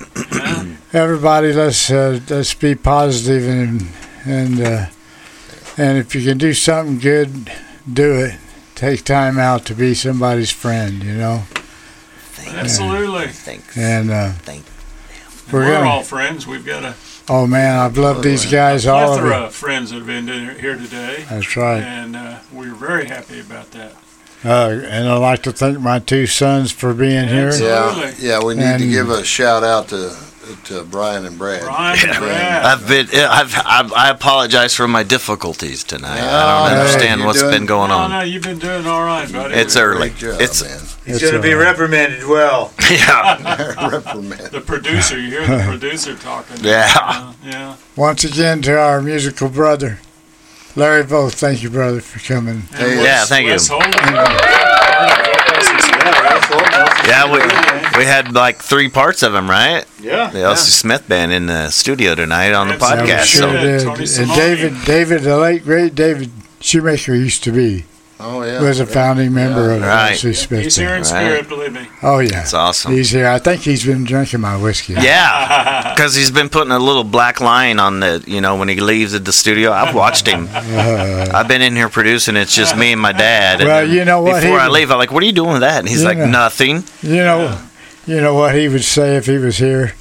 S3: Everybody, let's uh, let's be positive and and uh, and if you can do something good, do it. Take time out to be somebody's friend, you know.
S2: Absolutely.
S1: Thanks.
S3: And uh,
S1: Thank-
S3: we're
S2: We're
S3: gonna.
S2: all friends. We've got a
S3: Oh man, I've loved these guys all of
S2: plethora
S3: them.
S2: of friends that have been to- here today,
S3: That's right.
S2: and uh, we're very happy about that.
S3: Uh, and I'd like to thank my two sons for being here.
S4: Yeah,
S2: Absolutely.
S4: yeah. We need to
S3: And-
S4: give a shout out to to Brian and Brad.
S2: Brian and Brad.
S1: I've been. I've, I've. I apologize for my difficulties tonight. I
S4: No,
S1: don't
S3: Oh, hey,
S1: understand
S4: you're
S1: what's
S4: doing-
S1: been going
S2: no,
S1: on.
S2: no, you've been doing all right, buddy.
S1: It's
S2: We're-
S1: early.
S4: Great job,
S1: It's
S4: man. [LAUGHS]
S6: He's
S3: It's
S6: going to be
S3: all right.
S6: reprimanded well.
S1: [LAUGHS] yeah.
S4: reprimand.
S2: the producer. You hear
S1: [LAUGHS]
S2: the producer talking.
S1: Yeah.
S2: Uh, yeah.
S3: Once again to our musical brother, Larry Voth. Thank you, brother, for coming.
S4: Hey,
S1: Yeah, thank you.
S2: Wes Holden. Yeah.
S1: Yeah, we we had like three parts of him, right?
S7: Yeah.
S1: The Elsie Smith band in the studio tonight on the
S2: That's-
S3: Yeah, we
S1: podcast.
S3: sure
S1: So
S2: Yeah,
S3: did.
S2: Tony
S3: And
S2: Simone.
S3: David, David, the late great David Shoemaker used to be
S4: Oh yeah.
S3: was a founding member of the
S1: Right.
S3: Wesley Smith.
S2: He's here in
S3: Band.
S2: spirit, believe me.
S3: Oh yeah,
S1: it's awesome.
S3: he's here. I think he's been drinking my whiskey.
S1: Yeah, because he's been putting a little black line on the, you know, when he leaves at the studio. I've watched him.
S3: [LAUGHS]
S1: I've been in here producing. It's just me and my dad. And
S3: Well,
S1: then
S3: you know what,
S1: Before
S3: he-
S1: I leave, I'm like, "What are you doing with that?" And he's
S3: You
S1: like,
S3: know.
S1: "Nothing."
S3: You know, you know what he would say if he was here.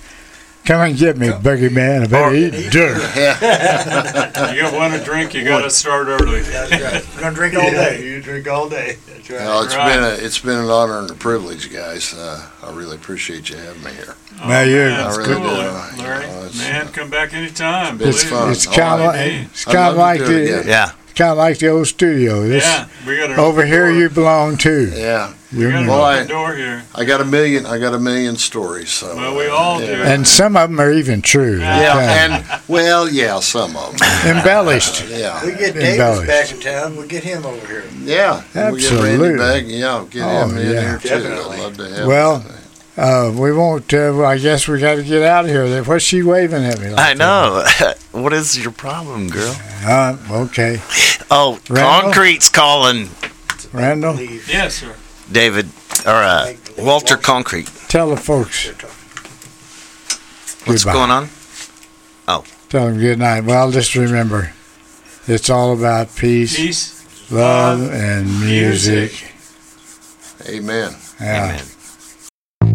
S3: Come and get me, boogie man. I better eat dirt.
S2: You got one to drink, you got to start early.
S6: We're going to drink all day. You drink all day. That's right.
S4: Well, it's
S2: Right.
S4: been a, it's been an honor and a privilege, guys. Uh, I really appreciate you having me here.
S3: Now
S2: Oh,
S3: you're-
S2: man,
S4: I
S2: it's
S4: really
S2: cool.
S4: do.
S2: Larry,
S4: You know, it's-
S2: man, come back anytime.
S3: Oh, It's,
S2: believe
S4: fun.
S2: me.
S3: it's
S4: Oh,
S3: kind of
S4: I
S3: like
S2: mean,
S3: it's
S4: I'd
S3: kind of
S4: love
S3: like
S4: to do it
S3: the
S4: again.
S1: Yeah,
S3: kind of like the old studio. This
S2: Yeah, we got to
S3: over here, you belong too.
S4: Yeah,
S2: We
S3: You're
S2: got an
S4: Well, I-
S2: open door here.
S4: I got a million. I got a million stories. So
S2: Well, we all
S4: yeah.
S2: do.
S3: And some of them are even true.
S4: Yeah, and well, yeah, some of them.
S3: and embellished.
S4: Yeah,
S6: We get
S3: In
S6: Davis
S3: Dallas.
S6: back in town. We get him over here.
S4: yeah. And We get
S3: Absolutely.
S4: Randy back. Yeah, get
S3: Oh,
S4: him in
S3: yeah.
S4: here too.
S6: Definitely.
S4: I'd love to have.
S3: Well,
S4: him.
S3: Uh, we won't. Uh, well, I guess we got to get out of here.
S1: [LAUGHS]
S3: What's she waving at me? Like
S1: I know. what is your problem, girl?
S3: that? Uh, okay.
S1: Oh,
S3: Randall?
S1: Concrete's calling
S3: Randall,
S6: Leave.
S2: Yes, sir.
S1: David or uh, Walter Concrete.
S3: tell the folks
S1: What's
S3: Goodbye.
S1: going on?
S3: Tell them good night. Well, just remember, it's all about peace,
S2: Peace.
S3: love, and music.
S4: Amen.
S3: Yeah.
S1: Amen.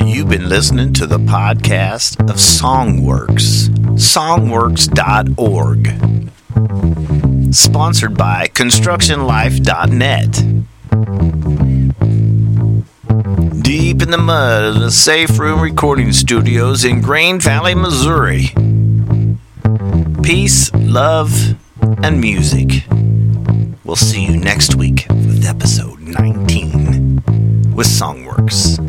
S1: You've been listening to the podcast of Songworks, songworks.org. Sponsored by constructionlife.net. Deep in the mud of the Safe Room Recording Studios in Grain Valley, Missouri. Peace, love, and music. We'll see you next week with episode 19 with Songworks.